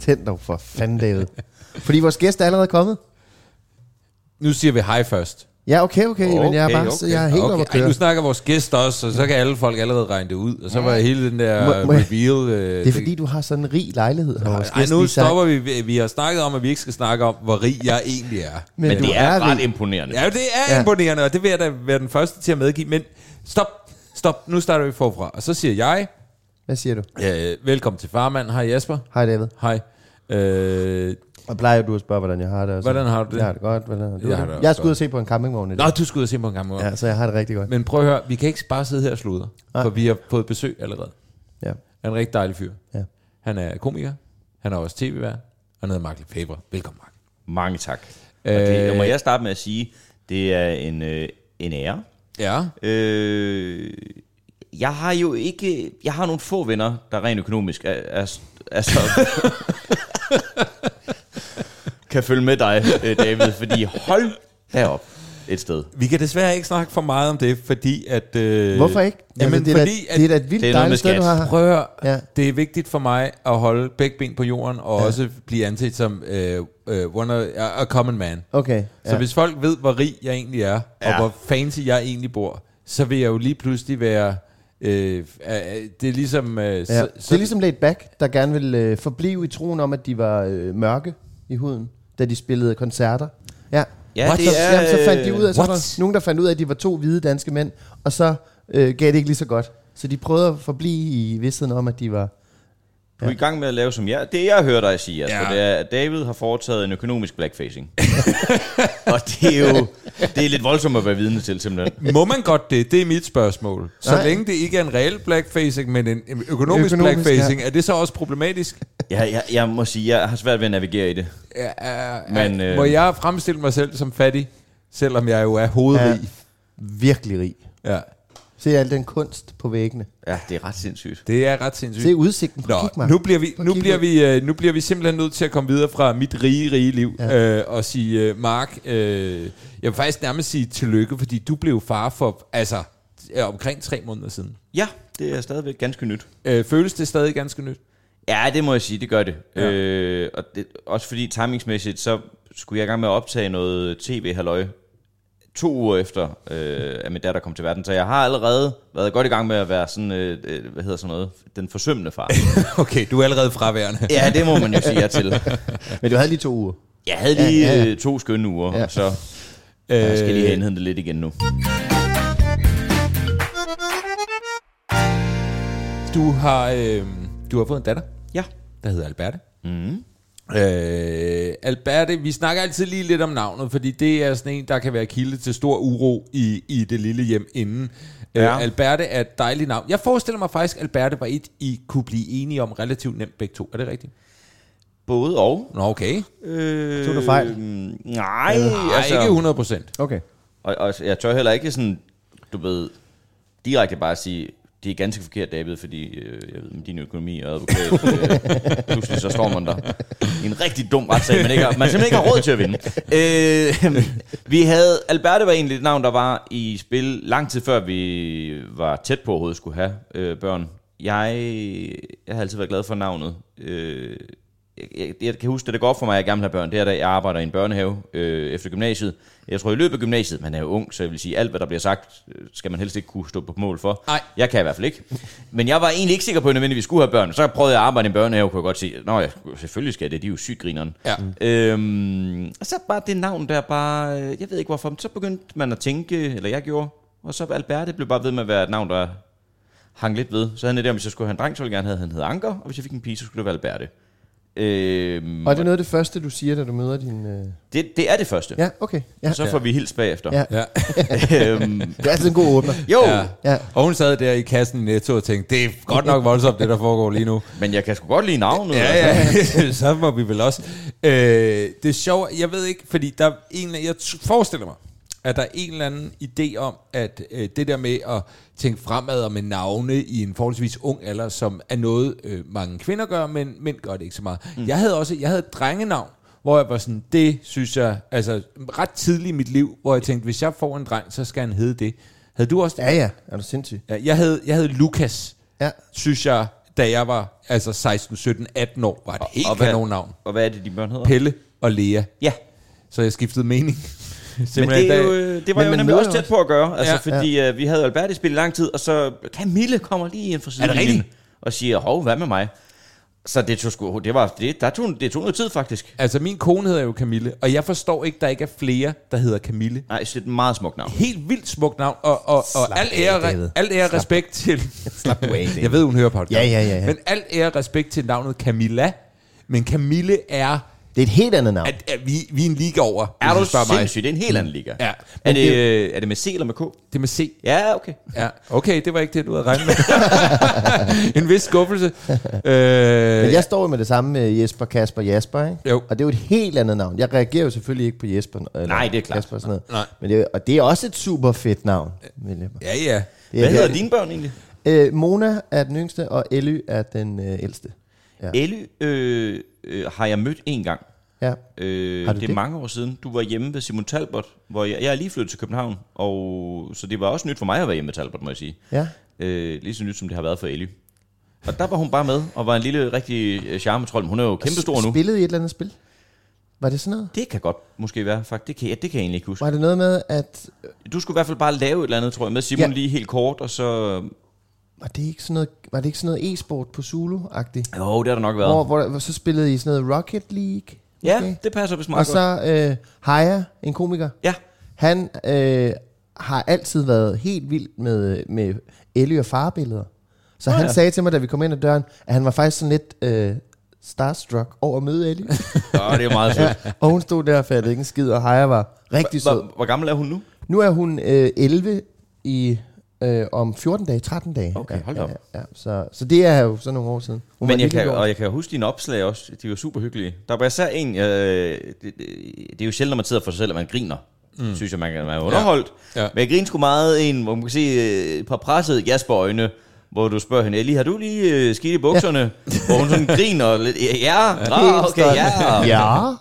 Tænd dog for fandel. Fordi vores gæst er allerede kommet. Nu siger vi hej først. Ja, okay, okay, okay men jeg er, bare, okay. jeg er helt okay. okay. over at Ej, køre. nu snakker vores gæst også, og så kan alle folk allerede regne det ud. Og så var hele den der Må- må jeg- reveal... Øh, det er fordi, du har sådan en rig lejlighed her. vores Ej, gæst nu lige sagt. stopper vi. vi. Vi har snakket om, at vi ikke skal snakke om, hvor rig jeg egentlig er. Men, Men du det er, er ret rig. imponerende. Ja, det er Ja. ja. imponerende, og det vil jeg da være den første til at medgive. Men stop, stop. Nu starter vi forfra. Og så siger jeg, Hvad siger du? øh, velkommen til Farmand. Hej Jasper. Hej David. Hej. Øh, Og plejer du at spørge, hvordan jeg har det? og sådan. Hvordan har du det? Jeg har det godt. Hvordan har du Jeg jeg har det? det også jeg er skulle ud godt. og se på en campingvogn i dag. nå, du skulle ud og se på en gammel Ja, så jeg har det rigtig godt. Men prøv at høre, vi kan ikke bare sidde her og sludre, Nej. for vi har fået besøg allerede. Ja. Han er en rigtig dejlig fyr. Ja. Han er komiker, han er også tv-vært, og han hedder Mark Lefebvre. Velkommen, Mark. Mange tak. Og det, og må jeg starte med at sige, det er en, øh, en ære. Ja, Øh, jeg har jo ikke... Jeg har nogle få venner, der rent økonomisk er, er, er så... kan følge med dig, øh, David, fordi hold derop et sted. vi kan desværre ikke snakke for meget om det, fordi at... Øh, Hvorfor ikke? Jamen, altså, det, er fordi da, at, det er da et vildt det er noget med dejligt sted, du skat. har her. Prøv at høre, Ja. ja. det er vigtigt for mig at holde begge ben på jorden, og ja. også blive anset som øh, øh, one of, a a common man. Okay. Ja. Så hvis folk ved, hvor rig jeg egentlig er, ja. og hvor fancy jeg egentlig bor, så vil jeg jo lige pludselig være... Øh, øh, det er ligesom... Øh, ja. Ja. så, det er ligesom Laid Back, der gerne ville øh, forblive i troen om, at de var øh, mørke i huden, da de spillede koncerter. Ja. Ja, What? det så, er, jamen, så fandt de ud af, så var øh, what? der nogen, der fandt ud af, at de var to hvide danske mænd, og så øh, gav det ikke lige så godt. Så de prøvede at forblive i vidstheden om, at de var... Du er i gang med at lave som jeg. Det jeg hører dig sige, Ja. Jasper, ja. det er, at David har foretaget en økonomisk blackfacing. og det er jo det er lidt voldsomt at være vidne til, simpelthen. Må man godt det? Det er mit spørgsmål. Så Nej. Nej. længe det ikke er en reel blackfacing, men en en økonomisk, Økonomisk, økonomisk blackfacing, ja. ja. er det så også problematisk? Jeg, jeg, jeg må sige, jeg har svært ved at navigere i det. Ja, ja, Men, ja. øh, Må jeg fremstille mig selv som fattig, selvom jeg jo er hovedrig? virkelig rig. Ja. ja. Se al den kunst på væggene. Ja, det er ret sindssygt. Det er ret sindssygt. Se udsigten. Nå, Prøv at kigge, Mark. nu bliver, vi, Prøv at nu, kigge bliver ud. vi, øh, nu bliver vi simpelthen nødt til at komme videre fra mit rige, rige liv ja. øh, og sige, øh, Mark, øh, jeg vil faktisk nærmest sige tillykke, fordi du blev far for altså øh, omkring tre måneder siden. Ja, det er stadigvæk ganske nyt. Øh, føles det stadig ganske nyt? Ja, det må jeg sige, det gør det. Ja. Ja. Øh, og det også fordi timingsmæssigt, så skulle jeg i gang med at optage noget tv halløj to uger efter, øh, at min datter kom til verden. Så jeg har allerede været godt i gang med at være sådan, øh, øh, hvad hedder sådan noget, den forsømmende far. Okay, du er allerede fraværende. ja, det må man jo sige ja til. Men du havde lige to uger. Jeg havde lige Ja, ja, ja, ja, ja. to skønne uger, Ja. ja. Øh, så jeg skal lige have indhentet det lidt igen nu. Du har, øh, du har fået en datter, Ja. der hedder Alberte. Mm. Øh, Alberte, vi snakker altid lige lidt om navnet, fordi det er sådan en, der kan være kilde til stor uro i, i det lille hjem inden. Ja. Ja. Øh, Alberte er et dejligt navn. Jeg forestiller mig faktisk, at Alberte var et, I kunne blive enige om relativt nemt begge to. Er det rigtigt? Både og. Nå, okay. Øh, Tog du fejl? Nej, Nej, altså, ikke 100 procent. Okay. Og, og jeg tør heller ikke sådan, du ved, direkte bare sige, det er ganske forkert, David, fordi øh, jeg ved, med din økonomi og advokat, øh, pludselig så står man der i en rigtig dum retssag, man, ikke har, man simpelthen ikke har råd til at vinde. Øh, vi havde, Alberte var egentlig et navn, der var i spil lang tid før vi var tæt på at overhovedet skulle have øh, børn. Jeg, jeg har altid været glad for navnet. Øh, jeg, jeg, jeg kan huske, da det går op for mig, at jeg gerne vil have børn, det er, da jeg arbejder i en børnehave øh, efter gymnasiet. Jeg tror, i løbet af gymnasiet, man er jo ung, så jeg vil sige, alt, hvad der bliver sagt, øh, skal man helst ikke kunne stå på mål for. Nej. Jeg kan i hvert fald ikke. Men jeg var egentlig ikke sikker på, at jeg nødvendigvis skulle have børn. Så prøvede jeg at arbejde i en børnehave, kunne jeg godt sige, nå ja, selvfølgelig skal jeg det, de er jo sygt grineren. Ja. Øhm, og så bare det navn der bare, øh, jeg ved ikke hvorfor, men så begyndte man at tænke, eller jeg gjorde, og så Alberte blev bare ved med at være et navn, der hang lidt ved. Så havde jeg det, om hvis jeg skulle have en dreng, så ville jeg gerne have, at han hed Anker, og hvis jeg fik en pige, så skulle det være Alberte. Øhm, Og er det noget af det første, du siger, da du møder din... Øh... det, det er det første. Ja, okay. Ja. Og så får vi hils bagefter. Ja. Ja. øhm, Det er altid en god åbner. jo, ja. ja. Ja. Og hun sad der i kassen i Netto og tænkte, det er godt nok voldsomt, det der foregår lige nu. men jeg kan sgu godt lide navnet. altså. Ja, ja, så må vi vel også. Øh, det er sjovt, jeg ved ikke, fordi der er en, eller anden- jeg t- forestiller mig, at der er en eller anden idé om, at øh, det der med at tænke fremad og med navne i en forholdsvis ung alder, som er noget, øh, mange kvinder gør, men mænd gør det ikke så meget. Mm. Jeg havde også jeg havde et drengenavn, hvor jeg var sådan, det synes jeg, altså ret tidligt i mit liv, hvor jeg tænkte, hvis jeg får en dreng, så skal han hedde det. Havde du også det? Ja, ja. Er du sindssyg? Ja, jeg havde, jeg havde Lukas, Ja. synes jeg, da jeg var altså 16, 17, 18 år, var et helt og hvad- kanon navn. Og hvad er det, de børn hedder? Pelle og Lea. Ja, Så jeg skiftede mening. men Simpelthen, det, da- er jo, øh, Men det var men jo man nemlig møder også jo tæt på at gøre, altså, Ja. ja, fordi ja. Øh, vi havde Albert i spil i lang tid, og så Camille kommer lige ind fra sidelinjen rigtigt? og siger, hov, hvad med mig? Så det tog, sgu, det var, det, der tog, det tog noget tid, faktisk. Altså, min kone hedder jo Camille, og jeg forstår ikke, der ikke er flere, der hedder Camille. Nej, det er et meget smukt navn. Helt vildt smukt navn, og, og, og al ære, al ære respekt til... Slap nu af, David. Jeg ved, hun hører podcast. Ja, ja, ja, ja. Men al ære respekt til navnet Camilla. Men Camille er... Det er et helt andet navn. At, at vi, vi er en liga over, Er hvis du spørger mig. sindssyg? Det er en helt anden liga. Ja. Er det, øh, er det med C eller med K? Det er med C. Ja, okay. Ja, okay, det var ikke det, du havde regnet med. en vis skuffelse. Øh, Men jeg står jo med det samme med Jesper, Kasper, Jasper, ikke? Jo. Og det er jo et helt andet navn. Jeg reagerer jo selvfølgelig ikke på Jesper. Eller Nej, det er klart. Kasper og sådan noget. Nej. Men det, er- og det er også et super fedt navn. vil jeg- ja, ja. er Hvad hedder det. dine børn egentlig? Øh, Mona er den yngste, og Elly er den øh, ældste. Ja. Elly øh, øh, har jeg mødt en gang. Ja. Har Øh, det, du det er det? mange år siden. Du var hjemme ved Simon Talbot, hvor jeg, jeg er lige flyttet til København, og så det var også nyt for mig at være hjemme ved Talbot, må jeg sige. Ja. Øh, lige så nyt, som det har været for Elly. Og der var hun bare med, og var en lille, rigtig øh, charmetrol. men Hun er jo kæmpestor nu. Spillede i et eller andet spil? Var det sådan noget? Det kan godt måske være, faktisk. Det kan, ja, det kan jeg egentlig ikke huske. Var det noget med, at... Du skulle i hvert fald bare lave et eller andet, tror jeg, med Simon Ja. lige helt kort, og så... Var det ikke sådan noget, var det ikke sådan noget e-sport på Zulu-agtigt? Jo, det har der nok været. Hvor, hvor, hvor, så spillede I sådan noget Rocket League? ja, måske? det passer vist meget Og godt. så øh, Haya, en komiker. Ja, Han øh, har altid været helt vild med, med Ellie og farbilleder. Så oh, han ja. sagde til mig, da vi kom ind ad døren, at han var faktisk sådan lidt øh, starstruck over at møde Ellie. Nå, det er meget sødt. og hun stod der og fattede ikke en skid, og Haya var rigtig sød. Hvor, hvor gammel er hun nu? Nu er hun øh, 11 i øh, om 14 dage, 13 dage. Okay, hold da ja, op. ja, ja, så, så det er jo så nogle år siden. Hun var Men jeg lille kan, i år. og jeg kan huske dine opslag også. De var super hyggelige. Der var især en... Øh, det, det, det er jo sjældent, når man sidder for sig selv, at man griner. Mm. Synes jeg, man, kan- man er underholdt. Ja. Ja. Ja. Ja. Men jeg griner sgu meget en, hvor man kan se øh, et par pressede Jasper-øjne, hvor du spørger hende, Ellie, har du lige øh, skidt i bukserne? Ja. Hvor hun sådan griner lidt. Ja, ja, nå, okay, ja. ja. ja.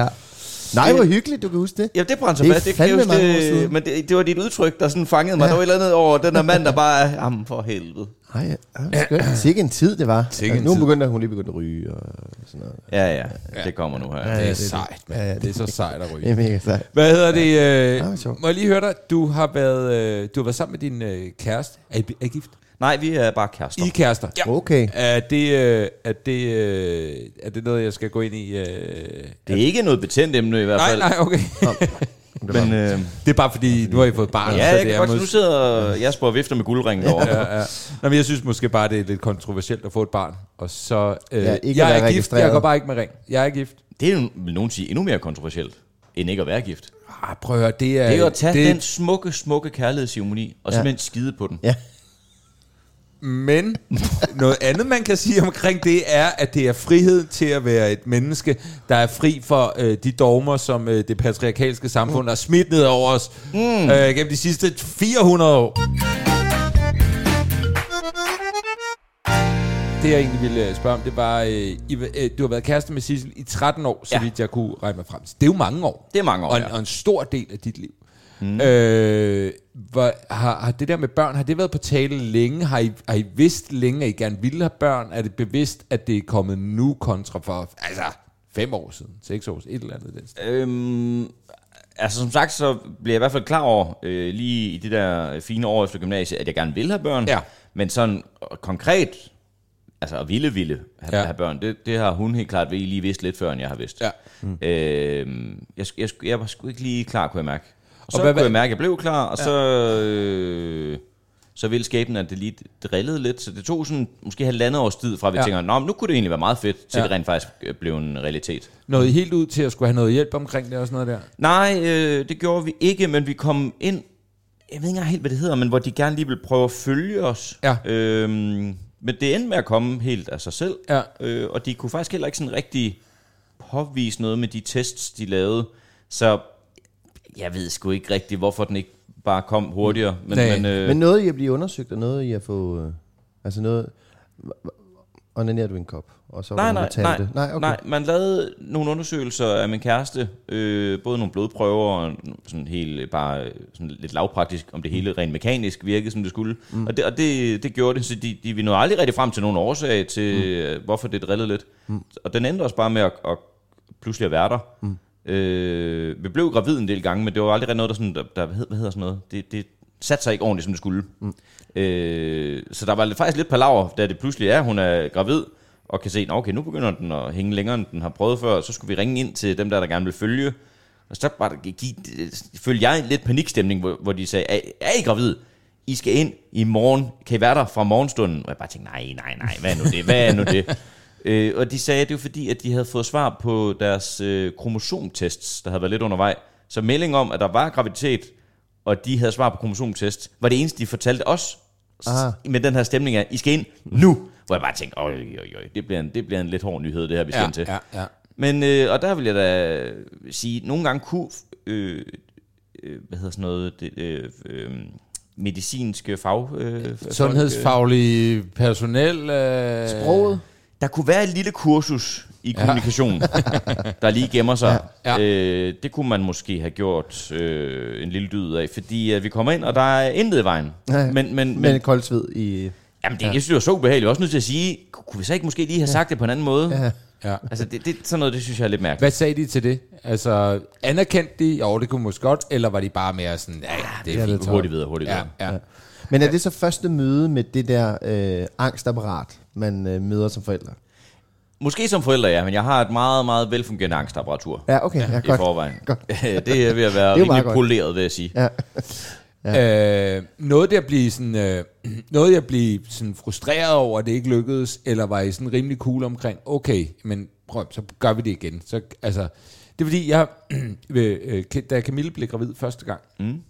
ja. Nej, hvor hyggeligt, du kan huske det. Ja, det brændte sig Det er fast. Det kan jeg fandme huske, mange år siden. det, men det, det, var dit udtryk, der sådan fangede mig. Ja. Der var et eller andet over den der mand, der bare er, jamen for helvede. Nej, ja, det er skønt. Sikke en tid, det var. Sikke en nu tid. begyndte hun lige begyndt at ryge og sådan noget. Ja, ja, det kommer nu her. Ja, Det er sejt, mand. Ja, ja, det, det er så sejt at Det er ryge. mega sejt. Hvad hedder det? Øh, hvor sjovt. må jeg lige høre dig? Du har været, øh, du har været sammen med din øh, kæreste. Er I, er I gift? Nej, vi er bare kærester. I er kærester? Ja. Okay. Er det, øh, er, det, øh, er det noget, jeg skal gå ind i? Øh? Det er ikke noget betændt emne i hvert Nej, fald. nej, okay. Men øh, Det er bare fordi, nu har I fået barn. ja, jeg det kan er godt, mås- nu sidder Jasper og vifter med guldringen derovre. Ja, ja, ja. Nå, men jeg synes måske bare, det er lidt kontroversielt at få et barn. Og så, øh, Ja, ja, ikke at jeg være er gift, jeg registreret. går bare ikke med ring. Jeg er gift. Det er jo, vil nogen sige, endnu mere kontroversielt, end ikke at være gift. Det Ah, prøv at høre, det er... er jo at tage det... den det, smukke, smukke kærlighedsceremoni, og simpelthen skide på den. Ja. Men noget andet, man kan sige omkring det, er, at det er frihed til at være et menneske, der er fri for øh, de dogmer, som øh, det patriarkalske samfund har smidt ned over os mm. øh, gennem de sidste 400 år. det jeg egentlig ville øh, spørge om, det var, øh, I, øh, du har været kæreste med Sissel i 13 år, så Ja. ja. vidt jeg kunne regne mig frem til. Det er jo mange år. Det er mange år, og, en- ja. og en stor del af dit liv. Mm. Øh, hvor, har, har det der med børn, har det været på tale længe? Har I, har I vidst længe, at I gerne ville have børn? Er det bevidst, at det er kommet nu kontra for altså, fem år siden, seks år siden, et eller andet? i Den. stil? Øhm, altså som sagt, så blev jeg i hvert fald klar over, øh, lige i de der fine år efter gymnasiet, at jeg gerne ville have børn. Ja. Men sådan konkret, altså at ville ville have, ja. Ja. have børn, det, det har hun helt klart lige vidst lidt før, end jeg har vidst. Ja. Mm. Øhm, jeg, sk- jeg, sk- jeg var sgu ikke lige klar, kunne jeg mærke. Og så hvad- kunne jeg hvad- mærke, at jeg blev klar, og ja. så... Øh, så ville skæbnen, at det lige drillede lidt. Så det tog sådan måske halvandet års tid fra, at vi ja. Ja. tænker, Nå, men nu kunne det egentlig være meget fedt, til ja. Ja. det rent faktisk øh, blev en realitet. Nåede I helt ud til at skulle have noget hjælp omkring det og sådan noget der? Nej, øh, det gjorde vi ikke, men vi kom ind, jeg ved ikke engang helt, hvad det hedder, men hvor de gerne lige ville prøve at følge os. Ja. Øhm, men det endte med at komme helt af sig selv, Ja. øh, og de kunne faktisk heller ikke sådan rigtig påvise noget med de tests, de lavede. Så jeg ved sgu ikke rigtigt, hvorfor den ikke bare kom hurtigere. Men, Nej. men, øh, Men noget, I at blive undersøgt, og noget, I at få... Øh, altså noget... Onanerer du en kop? Og så Nej, hvordan nej, du talte? nej, nej, okay. nej, man lavede nogle undersøgelser af min kæreste, øh, både nogle blodprøver og sådan helt øh, bare øh, sådan lidt lavpraktisk, om det Mm. hele rent mekanisk virkede, som det skulle. Mm. Og, det, og det, det gjorde det, så de, de, vi nåede aldrig rigtig frem til nogen årsag til, mm. hvorfor det drillede lidt. Mm. Og den endte også bare med at, at pludselig at være der. Mm. Øh, vi blev gravid en del gange, men det var aldrig rigtig noget, der, sådan, der, der hvad hed- hvad hedder sådan noget, det, det satte sig ikke ordentligt, som det skulle. Mm. Øh, så der var lidt- faktisk lidt palaver, da det pludselig er, hun er gravid, og kan se, "Nå, okay, nu begynder den at hænge længere, end den har prøvet før, så skulle vi ringe ind til dem der, der gerne vil følge. Og så var der, gik, følte jeg en lidt panikstemning, hvor, hvor de sagde, er, er I gravid? I skal ind i morgen. Kan I være der fra morgenstunden? Og jeg bare tænkte, nej, nej, nej, hvad er nu det? Hvad er nu det? øh, og de sagde, at det var fordi, at de havde fået svar på deres øh, kromosomtests, der havde været lidt undervej. Så melding om, at der var graviditet, og de havde svar på kromosomtest, var det eneste, de fortalte os Ah. med den her stemning af, I skal ind nu. Hvor jeg bare tænkte, øj, øj, øj, det bliver en, det bliver en lidt hård nyhed, det her, vi skal ja, ind til. ja, ja. Men, øh, og der vil jeg da sige, nogle gange kunne, øh, øh, hvad hedder sådan noget, det, øh, øh, medicinske fag... Øh, Sundhedsfaglige personel... Øh, Sproget? Der kunne være et lille kursus i kommunikation, der lige gemmer sig. Ja. Ja. Øh, det kunne man måske have gjort øh, en lille dyd af, fordi øh, vi kommer ind, og der er intet i vejen. Nej, Men, men, Med en men kold sved i... jamen, det, jeg synes, det var så ubehageligt. Jeg er også nødt til at sige, ku- kunne vi så ikke måske lige have sagt det på en anden måde? Ja. Ja. Altså, det, det, sådan noget, det synes jeg er lidt mærkeligt. Hvad sagde de til det? Altså, anerkendte de, jo, det kunne måske godt, eller var de bare mere sådan, ja, ja det er fint. Hvad? Hurtigt videre, hurtigt Ja, videre. ja. ja. Men er det så første møde med det der øh, angstapparat, man øh, møder som forældre? Måske som forældre, ja, men jeg har et meget, meget velfungerende angstapparatur. Ja, okay. Ja, I godt. forvejen. Godt. det er ved at være meget rimelig godt. poleret, vil jeg sige. Ja. Øh, nåede det at blive sådan, øh, nåede jeg at blive sådan frustreret over, at det ikke lykkedes, eller var I sådan rimelig cool omkring, okay, men prøv, så gør vi det igen. Så, altså, det er fordi, jeg, ved, øh, Ka- da Camille blev gravid første gang, mm.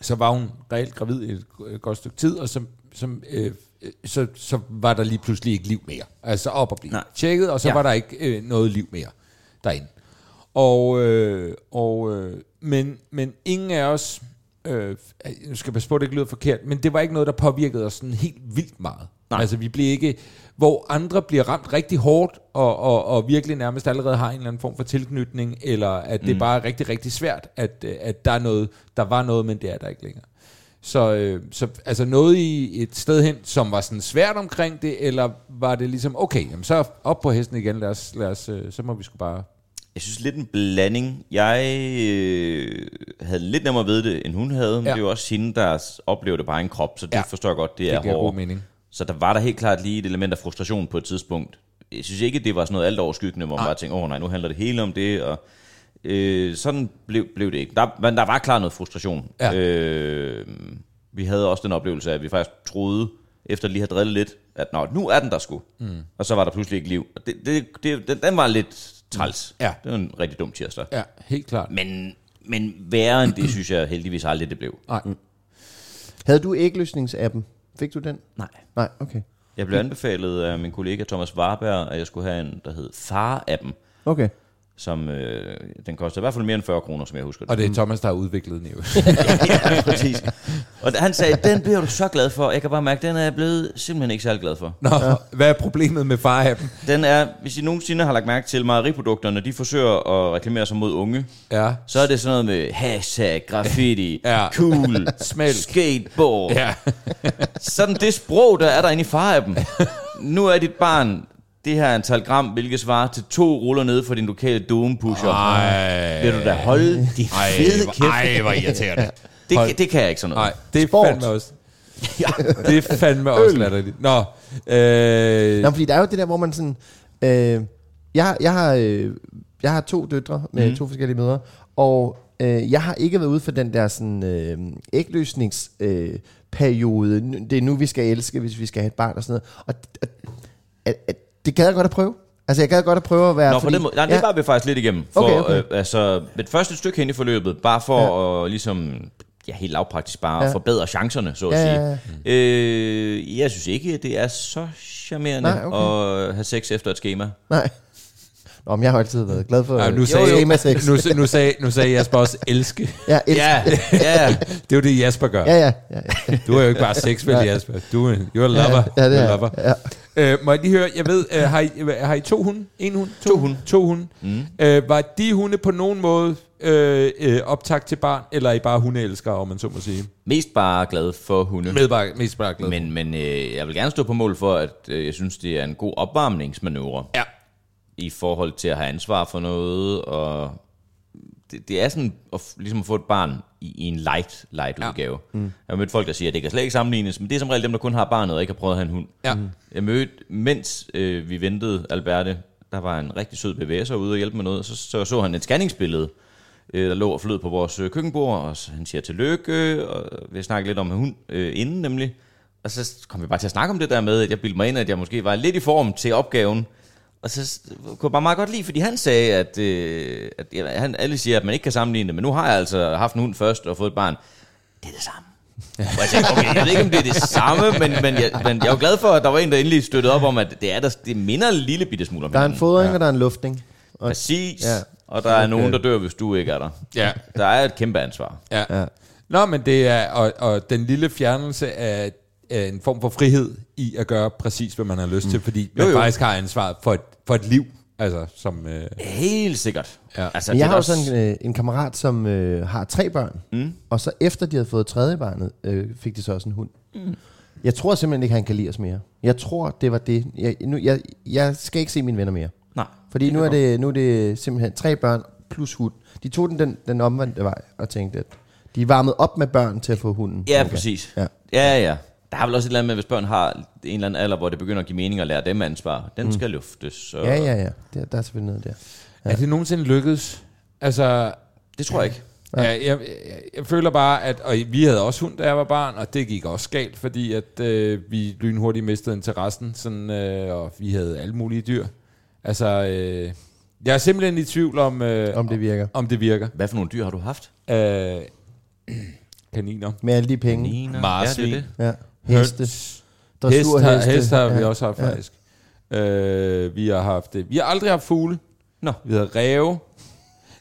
så var hun reelt gravid i et øh, godt stykke tid, og så, som, øh, øh, så, så var der lige pludselig ikke liv mere. Altså op og blive Nej. tjekket, og så Ja. ja. var der ikke øh, noget liv mere derinde. Og, øh, og øh, men, men ingen af os, øh, nu skal jeg passe på, at det ikke lyder forkert, men det var ikke noget, der påvirkede os sådan helt vildt meget. Nej. Altså vi blev ikke, hvor andre bliver ramt rigtig hårdt, og, og, og virkelig nærmest allerede har en eller anden form for tilknytning, eller at det mm. bare er rigtig, rigtig svært, at, øh, at der, er noget, der var noget, men det er der ikke længere. Så, øh, så altså noget i et sted hen, som var sådan svært omkring det, eller var det ligesom, okay, jamen så op på hesten igen, lad os, lad os, øh, så må vi sgu bare Jeg synes lidt en blanding. Jeg øh, havde lidt nemmere ved det, end hun havde, men ja. Ja. det er jo også hende, der s- oplever det bare en krop, så det ja. Ja. forstår jeg godt, det, Det er giver god hårdt. mening. Så der var der helt klart lige et element af frustration på et tidspunkt. Jeg synes ikke, det var sådan noget alt overskyggende, hvor man bare tænkte, åh oh, nej, nu handler det hele om det, og øh, sådan blev, blev det ikke. Der, men der var klart noget frustration. Ja. Øh, vi havde også den oplevelse af, at vi faktisk troede, efter lige at have drillet lidt, at Nå, nu er den der sgu. Mm. Og så var der pludselig ikke liv. Og det, det, det, den, den var lidt træls. Mm. Ja. Det var en rigtig dum tirsdag. Ja, helt klart. Men, men værre end det, synes jeg heldigvis aldrig, det blev. Nej. Havde du ægløsningsappen? Fik du den? Nej. Nej, okay. Jeg blev anbefalet af min kollega Thomas Warberg, at jeg skulle have en, der hed Far-appen. Okay. som øh, den koster i hvert fald mere end 40 kroner, som jeg husker det. Og det er Thomas, der har udviklet den jo. ja, præcis. Og han sagde, den bliver du så glad for. Jeg kan bare mærke, den er jeg blevet simpelthen ikke særlig glad for. Nå, ja. hvad er problemet med far-appen? Den er, hvis I nogensinde har lagt mærke til, mejeriprodukterne, de forsøger at reklamere sig mod unge. Ja. Så er det sådan noget med hashtag, graffiti, Ja. ja. cool, Smelt. skateboard. Ja. Ja. Sådan det sprog, der er derinde i farappen. Nu er dit barn det her antal gram, hvilket svarer til to ruller nede for din lokale domepusher. Ej. Vil du da holde de Ej, fede hvor- kæft? ej, hvor irriterende. Det, Hold. kan- det kan jeg ikke sådan noget. Nej, det er Sport. fandme også. Det er fandme også latterligt. Nå, øh, Nå, fordi der er jo det der, hvor man sådan... Øh, jeg, jeg, har, øh, jeg har to døtre Mhm. med mm. to forskellige mødre, og øh, jeg har ikke været ude for den der sådan, øh, ægløsningsperiode. Øh, periode. Nu- det er nu, vi skal elske, hvis vi skal have et barn og sådan noget. Og, og at, at, det gad jeg godt at prøve. Altså, jeg gad godt at prøve at være... Nå, fordi, den måde, nej, det ja, var vi faktisk lidt igennem. For, Okay, okay. Øh, altså, et første stykke hen i forløbet, bare for ja. at ligesom, ja, helt lavpraktisk bare ja. Ja. forbedre chancerne, så at Ja, sige. ja, ja. Øh, jeg synes ikke, at det er så charmerende Nej, okay. at have sex efter et skema. Nej. Nå, men jeg har altid været glad for nej, nu øh, sagde, schema sex. nu, nu, sagde, nu sagde Jasper også elske. Ja, elsk- Ja, ja. Det er jo det, Jasper gør. ja, ja, ja, ja. Du er jo ikke bare sex, vel, Jasper? Du er en- you're a lover. Ja, det You're a er jeg. lover. Øh, må jeg lige høre, jeg ved, øh, har, I, øh, har I to hunde? En hund? To, hunde. To hunde. Mm. Øh, var de hunde på nogen måde øh, øh, optag til barn, eller er I bare hundeelskere, om man så må sige? Mest bare glad for hunde. Medbar, mest bare glad. Men, men øh, jeg vil gerne stå på mål for, at øh, jeg synes, det er en god opvarmningsmanøvre Ja. i forhold til at have ansvar for noget, og det, det er sådan at, f- ligesom at få et barn i, i en light, light Ja. ja. udgave. Mm. Jeg har mødt folk, der siger, at det kan slet ikke sammenlignes, men det er som regel dem, der kun har barnet og ikke har prøvet at have en hund. Ja. Mm. Jeg mødte, mens øh, vi ventede Alberte, der var en rigtig sød bevæger ude og hjælpe med noget, så så, så han et scanningsbillede, øh, der lå og flød på vores øh, køkkenbord, og så, han siger tillykke, og vi snakkede lidt om hund øh, inden nemlig. Og så kom vi bare til at snakke om det der med, at jeg bildte mig ind, at jeg måske var lidt i form til opgaven. Og så s- kunne jeg bare meget godt lide, fordi han sagde, at, øh, at ja, han, alle siger, at man ikke kan sammenligne det, men nu har jeg altså haft en hund først og fået et barn. Det er det samme. Hvor jeg tænkte, okay, jeg ved ikke, om det er det samme, men, men, jeg, men jeg er jo glad for, at der var en, der endelig støttede op om, at det, er der, det minder en lille bitte smule om Der er en hinanden. fodring, ja. og der er en luftning. Og, Præcis. Ja. Ja. Og der er nogen, der dør, hvis du ikke er der. Ja. Der er et kæmpe ansvar. Ja. ja. Nå, men det er, og, og den lille fjernelse af, af en form for frihed i at gøre præcis, hvad man har lyst mm. til, fordi man jo, Jo, jo. jo. faktisk har ansvaret for et, for et liv, altså som... Øh, Helt sikkert. Ja. Altså, Men det er jeg har jo også- sådan en, øh, en kammerat, som øh, har tre børn, mm. og så efter de havde fået tredje barnet, øh, fik de så også en hund. Mm. Jeg tror simpelthen ikke, han kan lide os mere. Jeg tror, det var det. Jeg, nu, jeg, jeg skal ikke se mine venner mere. Nej. Fordi nu er, det, nu er det simpelthen tre børn plus hund. De tog den, den, den omvendte vej og tænkte, at de varmede op med børn til at få hunden. Ja, Okay. præcis. Ja. Ja. ja, ja. Der er vel også et eller andet med, hvis børn har en eller anden alder, hvor det begynder at give mening at lære dem ansvar. Den mm. skal luftes. Og Ja, ja, ja. Der, der er selvfølgelig noget der. ja. Er det nogensinde lykkedes? Altså, Det tror jeg ikke. Ja. Jeg, jeg, jeg, jeg føler bare, at og vi havde også hund, da jeg var barn, og det gik også galt, fordi at øh, vi lynhurtigt mistede interessen, sådan, øh, og vi havde alle mulige dyr. Altså, øh, jeg er simpelthen i tvivl om, øh, Om det virker. om det virker. Hvad for nogle dyr har du haft? Øh, kaniner. Med alle de penge. Nina. Marsvin. Ja, det er det. Ja. Heste. Høns. Hest har, Dressurheste. hest har vi Ja. også haft, faktisk. Øh, vi har haft det. Vi har aldrig haft fugle. Nå. Vi havde ræve.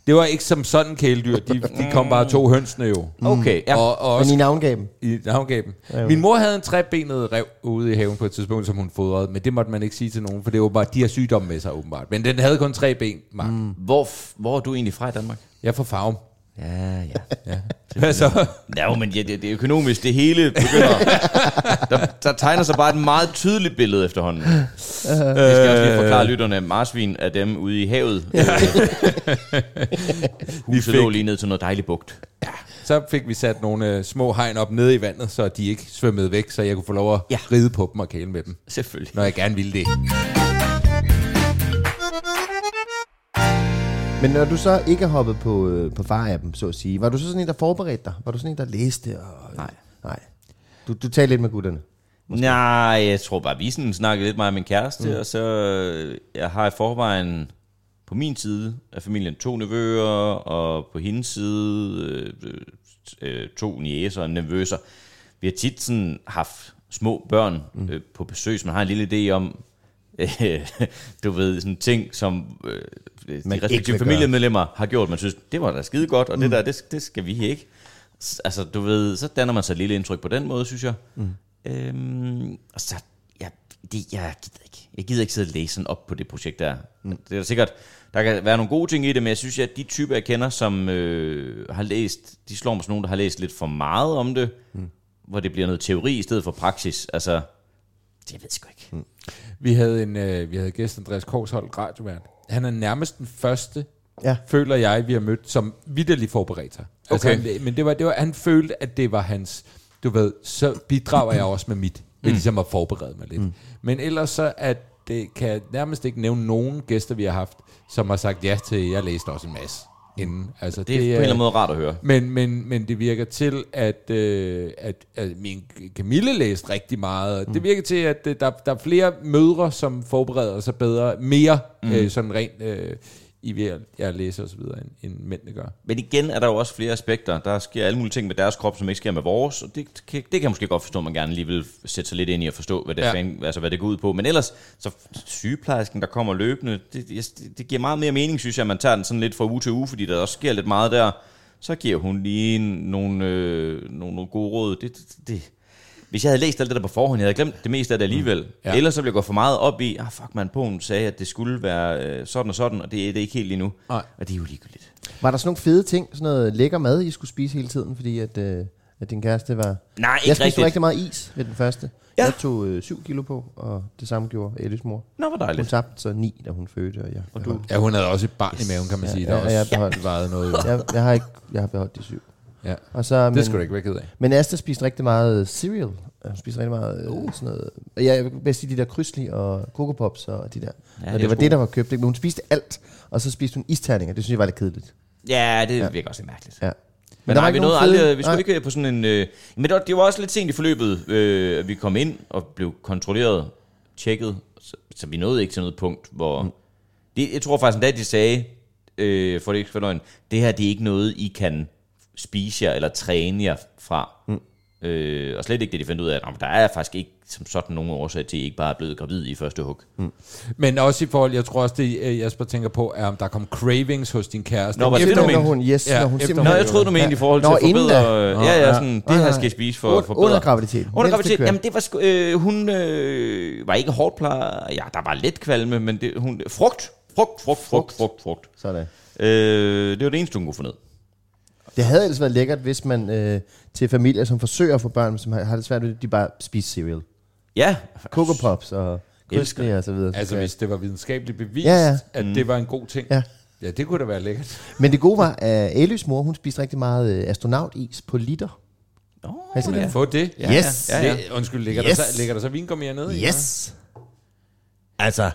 Det var ikke som sådan kæledyr. De, de kom bare to hønsene jo. Mm. Okay, ja. Og, og Men også i navngaben. i havngaben. Min mor havde en trebenet rev ude i haven på et tidspunkt, som hun fodrede, men det måtte man ikke sige til nogen, for det var bare, de har sygdomme med sig åbenbart. Men den havde kun tre ben, Mark. Mm. Hvor, f- hvor er du egentlig fra i Danmark? Jeg får farven. Ja, ja. Hvad så? Ja, jo, men ja, det, det er økonomisk, det hele begynder. der, der tegner sig bare et meget tydeligt billede efterhånden. Det skal jeg også lige forklare lytterne. Marsvin er dem ude i havet. Ja. Huset lå fik- lige ned til noget dejligt bugt. Så fik vi sat nogle øh, små hegn op nede i vandet, så de ikke svømmede væk, så jeg kunne få lov at ja. Ja. ride på dem og kæle med dem, Selvfølgelig. når jeg gerne ville det. Men når du så ikke har hoppet på, øh, på far-appen, så at sige, var du så sådan en, der forberedte dig? Var du sådan en, der læste? Og, Nej. Nej. Du, du talte lidt med gutterne. Nej, jeg tror bare, vi sådan snakkede lidt meget med min kæreste, mm. og så øh, jeg har i forvejen på min side af familien to nevøer, og på hendes side øh, øh, to niæser og nervøser. Vi har tit sådan haft små børn øh, på besøg, så man har en lille idé om, øh, du ved, sådan ting, som øh, de Man ikke respektive vil gøre. familiemedlemmer har gjort, man synes, det var da skide godt, og mm. det der, det, det skal vi ikke. S- Altså, du ved, så danner man sig et lille indtryk på den måde, synes jeg. Mm. Øhm, og så, ja, det, jeg gider ikke. Jeg gider ikke sidde og læse sådan op på det projekt der. Mm. Det er da sikkert, der kan være nogle gode ting i det, men jeg synes, at de typer, jeg kender, som øh, har læst, de slår mig som nogen, der har læst lidt for meget om det, mm. hvor det bliver noget teori i stedet for praksis. Altså, det ved jeg sgu ikke. Mm. Vi havde, en, øh, vi havde gæst Andreas Korshold, radiovært. Han er nærmest den første, Ja. føler jeg, vi har mødt, som vidderligt forberedte sig. Altså, Okay. han, men det var, det var, han følte, at det var hans, du ved, så bidrager jeg også med mit, Mm. ved ligesom at forberede mig lidt. Mm. Men ellers så at det kan jeg nærmest ikke nævne nogen gæster, vi har haft, som har sagt ja til, jeg læste også en masse inden. Altså, Det er på en eller anden måde rart at høre. men, men, men det virker til, at, øh, at, at min Camille læste rigtig meget. Mm. Det virker til, at øh, der, der er flere mødre, som forbereder sig bedre, mere mm. øh, sådan rent øh, i ved at- at læse osv., end, end mændene gør. Men igen er der jo også flere aspekter. Der sker alle mulige ting med deres krop, som ikke sker med vores, og det, kan- det kan jeg måske godt forstå, at man gerne lige vil sætte sig lidt ind i at forstå, hvad det, Ja. ja. fan, altså, hvad det går ud på. Men ellers, så sygeplejersken, der kommer løbende, det, det, det giver meget mere mening, synes jeg, at man tager den sådan lidt fra uge til uge, fordi der også sker lidt meget der. Så giver hun lige en- nogle, øh, nogle, nogle gode råd. Det, det, det. Hvis jeg havde læst alt det der på forhånd, jeg havde glemt det meste af det alligevel. Ja. Mm, Ja. Ellers så ville jeg gå for meget op i, ah fuck man, Polen sagde, at det skulle være øh, sådan og sådan, og det er det ikke helt lige nu. Nej. Og det er jo ligegyldigt. Var der sådan nogle fede ting, sådan noget lækker mad, I skulle spise hele tiden, fordi at, øh, at din kæreste var... Nej, ikke jeg spiste rigtigt. rigtig meget is ved den første. Ja. Ja. Jeg tog øh, 7 kilo på, og det samme gjorde Ellis mor. Nå, hvor Hun dejligt. tabte så 9, da hun fødte, og jeg, og du? Ja, hun havde også et barn yes. i maven, kan man Ja, sige. ja, Der ja, også jeg ja, beholdt- vejede noget. Jeg, jeg, har ikke, jeg har beholdt de syv. Ja. Og så, Det skulle du ikke være ked af. Men Asta spiste rigtig meget øh, cereal. Hun spiste rigtig meget uh. sådan noget. Ja, jeg vil bedst sige de der krydsli og Coco Pops og de der. Ja, og det er det var sgu- det, der var købt. ikke? Men hun spiste alt, og så spiste hun isterninger. Det synes jeg var lidt kedeligt. Ja, det ja. virker også lidt mærkeligt. Ja. Men, der nej, var vi ikke nåede nogen fede- aldrig, vi skulle nej. ikke på sådan en... Øh, men det var, det var også lidt sent i forløbet, øh, at vi kom ind og blev kontrolleret, tjekket, så, så vi nåede ikke til noget punkt, hvor... Mm. Det, jeg tror faktisk endda, de sagde, øh, for det ikke for løgn, det her det er ikke noget, I kan spise jer eller træne jer fra. Mm. Øh, og slet ikke det, de fandt ud af, at "Nå, men der er faktisk ikke som sådan nogen årsag til, at I ikke bare er blevet gravid i første hug. Mm. Men også i forhold, jeg tror også, det øh, Jesper tænker på, er, om der kom cravings hos din kæreste. Nå, var det det, Efter du når mente? hun, yes, Ja, når hun efter simpelthen... Nå, jeg troede, du mente i forhold til Nå, at inden da. forbedre... Øh, ja, ja, sådan, det nej, her nej. skal I spise for at Under- forbedre. under graviditeten. Under Helst graviditeten. ikke Jamen, det var sgu, øh, hun øh, var ikke hårdt plejer. Ja, der var lidt kvalme, men det, hun... Frugt! Frugt, frugt, frugt, frugt, frugt. Sådan. Øh, det var det eneste, hun kunne få ned. Det havde ellers været lækkert, hvis man øh, til familier, som forsøger at få børn, men som har, har det svært ved, det, de bare spiser cereal. Ja, Coco Pops og krydsli og så videre. Altså, hvis det var videnskabeligt bevist, ja, Ja, ja. ja. at mm. det var en god ting. Ja. ja, det kunne da være lækkert. Men det gode var, at Elys mor, hun spiste rigtig meget øh, astronautis på liter. Nå, Har I set Ja. det? Få det. Ja, ja, Yes. ja, ja. Det- Undskyld, ligger, yes. Yes. der, så, ligger der så vinkummier nede? i, eller? Yes! Altså...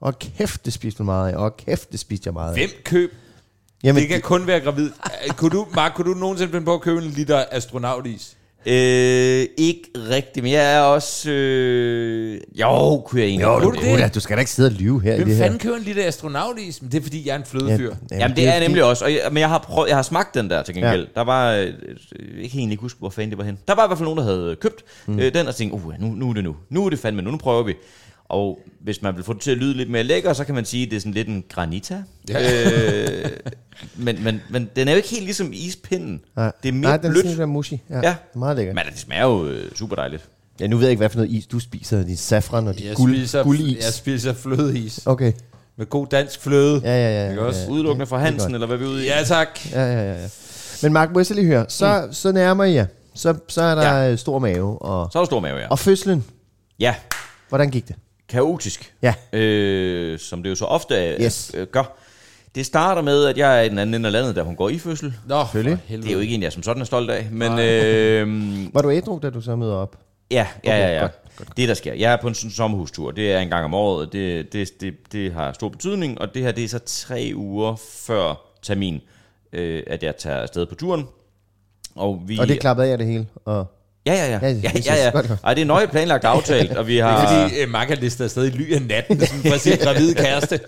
Og kæft, det spiste hun meget af. Og kæft, det spiste jeg meget af. Hvem køb? Jamen, Det kan kun være gravid. Øh, Kunne du, Mark, kunne du nogensinde finde på at købe en liter astronautis? Øh, ikke rigtigt, men jeg er også... Øh, jo, kunne jeg egentlig. Jo, godt. du, Kunne du det? du, du skal da ikke sidde og lyve her i Hvem det her. fanden køber en liter astronautis? Men det er, fordi jeg er en flødefyr. Ja. Jamen, det er jeg nemlig også. Og jeg, men jeg har, prøv, jeg har smagt den der til gengæld. Ja. Der var, øh, øh, jeg kan egentlig ikke huske, hvor fanden det var hen. Der var i hvert fald nogen, der havde øh, købt mm. øh, den og tænkte, uh, nu, nu er det nu. Nu er det fandme nu, nu prøver vi. Og hvis man vil få det til at lyde lidt mere lækker, så kan man sige, at det er sådan lidt en granita. Ja. Øh, men, men, men den er jo ikke helt ligesom ispinden. Nej. Det er mere Nej, den er blødt. sådan lidt mere mushy. Ja, Ja. ja. Meget lækkert. Men det smager jo øh, super dejligt. Ja, nu ved jeg ikke, hvad for noget is du spiser. Din saffran og din Jeg, guld, spiser, guldis. jeg spiser flødeis. Okay. Med god dansk fløde. Ja, ja, ja, Ikke ja, også? ja. Udelukkende fra Hansen, eller hvad vi er ude i. Ja, tak. Ja, ja, ja, ja. Men Mark, må jeg så lige høre. Så, mm. så nærmer I jer. Så, så er der Ja. ja. stor mave. Og, Så er der stor mave, ja. og fødslen. Ja, Hvordan gik det? kaotisk. Ja. øh, som det jo så ofte er, Yes. øh, gør. Det starter med, at jeg er i den anden ende af landet, da hun går i fødsel. Nå, Selvfølgelig. for helvede. Det er jo ikke en, jeg som sådan er stolt af, men øh, Var du ædru, da du så møder op? ja, ja, ja, ja. godt, Det, der sker. Jeg er på en sådan sommerhustur. Det er en gang om året, og det, det, det, det har stor betydning. Og det her, det er så tre uger før termin, øh, at jeg tager afsted på turen. Og, vi, Og det klappede af det hele. Og Ja, ja, ja. Ja, ja, det ja, synes jeg ja, også godt, ja. ja. Ej, det er nøje planlagt aftalt, og vi har... Det er fordi, øh, Mark har listet afsted i ly af natten, sådan for sin gravide kæreste.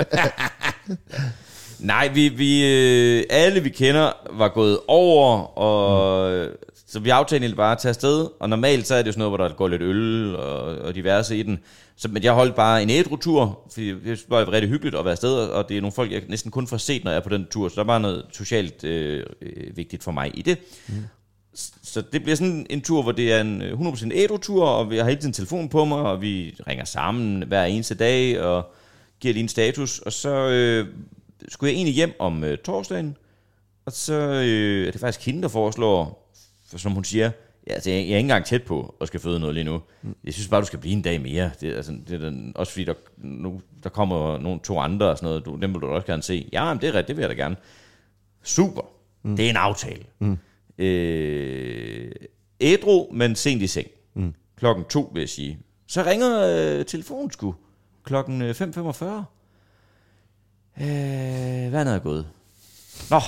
Nej, vi, vi øh, alle vi kender var gået over, og mm. Så vi aftalte egentlig bare at tage afsted, og normalt så er det jo sådan noget, hvor der går lidt øl og, og diverse i den. Så, men jeg holdt bare en ædru-tur, fordi det var jo rigtig hyggeligt at være afsted, og og det er nogle folk, jeg næsten kun får set, når jeg er på den tur, så der var noget socialt øh, øh, vigtigt for mig i det. Mm. Så det bliver sådan en tur, hvor det er en øh, 100% ædru-tur, og jeg har hele tiden telefon på mig, og vi ringer sammen hver eneste dag, og giver lige en status, og så øh, skulle jeg egentlig hjem om øh, torsdagen, og så øh, er det faktisk hende, der foreslår, for som hun siger, ja, altså, jeg, jeg er ikke engang tæt på at skal føde noget lige nu. Jeg synes bare, du skal blive en dag mere. Det, er altså, det er den, også fordi, der, nu, der kommer nogle to andre og sådan noget, du, dem vil du også gerne se. Ja, men det er rigtigt, det vil jeg da gerne. Super, mm. det er en aftale. Mm. Øh, ædru, men sent i seng. Mm. Klokken to, vil jeg sige. Så ringer øh, telefonen sgu. Klokken øh, 5.45. Øh, vandet er gået. Nå,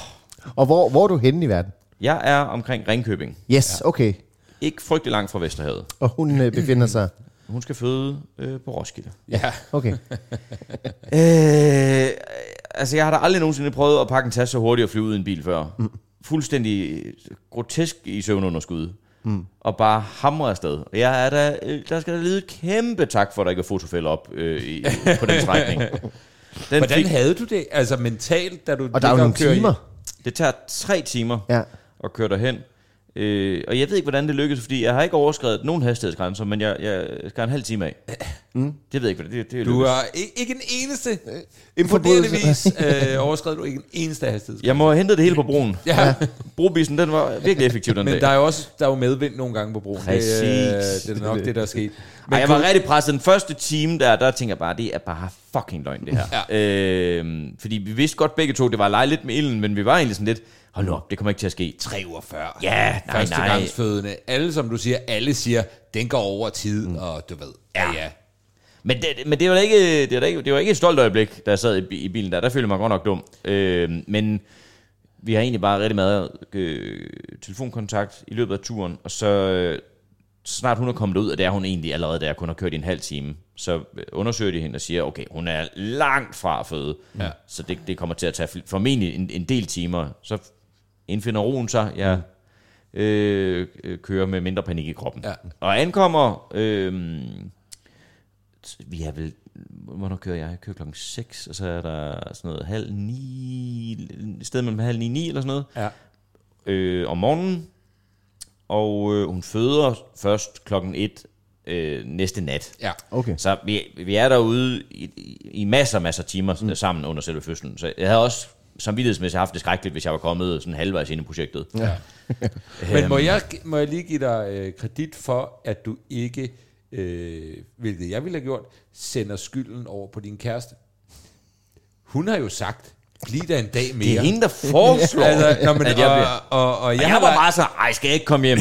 Og hvor, hvor er du henne i verden? jeg er omkring Ringkøbing. Yes, okay. Ikke frygtelig langt fra Vesterhavet. Og hun øh, befinder sig... Hun skal føde øh, på Roskilde. Ja. Okay. Øh, altså, jeg har da aldrig nogensinde prøvet at pakke en taske så hurtigt og flyve ud i en bil før. Mm. Fuldstændig øh, grotesk i søvnunderskud. Mm. Og bare hamre afsted. Og Jeg er da, øh, der skal da lyde et kæmpe tak for, at der ikke er fotofælder op øh, i, på den strækning. Den Hvordan fik, havde du det altså mentalt, da du Og der er jo ligger nogle kører i- timer. det tager tre timer Ja. at køre derhen. Øh, og jeg ved ikke, hvordan det lykkedes, fordi jeg har ikke overskrevet nogen hastighedsgrænser, men jeg, jeg skal en halv time af. Mm. Det ved jeg ikke, hvordan det, det Du lykkedes. har ikke, ikke en eneste, imponerende vis, forbrydelse. øh, overskrev du ikke en eneste hastighed. Jeg må have hentet det hele på broen. Ja. ja. Brobissen, den var virkelig effektiv den Men dag. der er jo også der er jo medvind nogle gange på broen. Præcis. Det, øh, det er nok det, der er sket. Men Ej, jeg var kunne- rigtig presset. Den første time der, der tænker jeg bare, det er bare fucking løgn, det her. ja. øhm, fordi vi vidste godt begge to, det var at lege lidt med ilden, men vi var egentlig sådan lidt, hold nu op, det kommer ikke til at ske. 3 uger før. Ja, nej, nej. Førstegangsfødende. Alle, som du siger, alle siger, den går over tid, mm. og du ved. Ja, ja. Men det, men det var da ikke, det var da ikke, det var ikke et stolt øjeblik, da jeg sad i, bi- i bilen der. Der følte jeg mig godt nok dum. Øhm, men vi har egentlig bare rigtig meget øh, telefonkontakt i løbet af turen, og så øh, snart hun er kommet ud, og det er hun egentlig allerede, da jeg kun har kørt i en halv time, så øh, undersøger de hende og siger, okay, hun er langt fra at føde, ja. så det, det kommer til at tage fl- formentlig en, en del timer. Så indfinder roen sig, jeg øh, øh, kører med mindre panik i kroppen. Ja. Og ankommer, øh, vi er vel, hvornår kører jeg? Jeg kører klokken 6, og så er der sådan noget halv ni, et sted mellem halv ni, ni eller sådan noget ja. øh, om morgenen, og øh, hun føder først klokken 1 øh, næste nat. ja. Okay. Så vi, vi er derude i, i- i masser og masser af timer mm. sammen under selve fødslen. Så jeg havde også samvittighedsmæssigt haft det skrækkeligt, hvis jeg var kommet sådan halvvejs ind i projektet. Ja. Øhm. Men må jeg, må jeg lige give dig øh, kredit for, at du ikke, øh, hvilket jeg ville have gjort, sender skylden over på din kæreste? Hun har jo sagt, bliv der en dag mere. Det er hende, der foreslår, altså, nå, men, at jeg bliver... og, og, og, jeg, Jeg, jeg har var da- bare så, ej, skal jeg ikke komme hjem?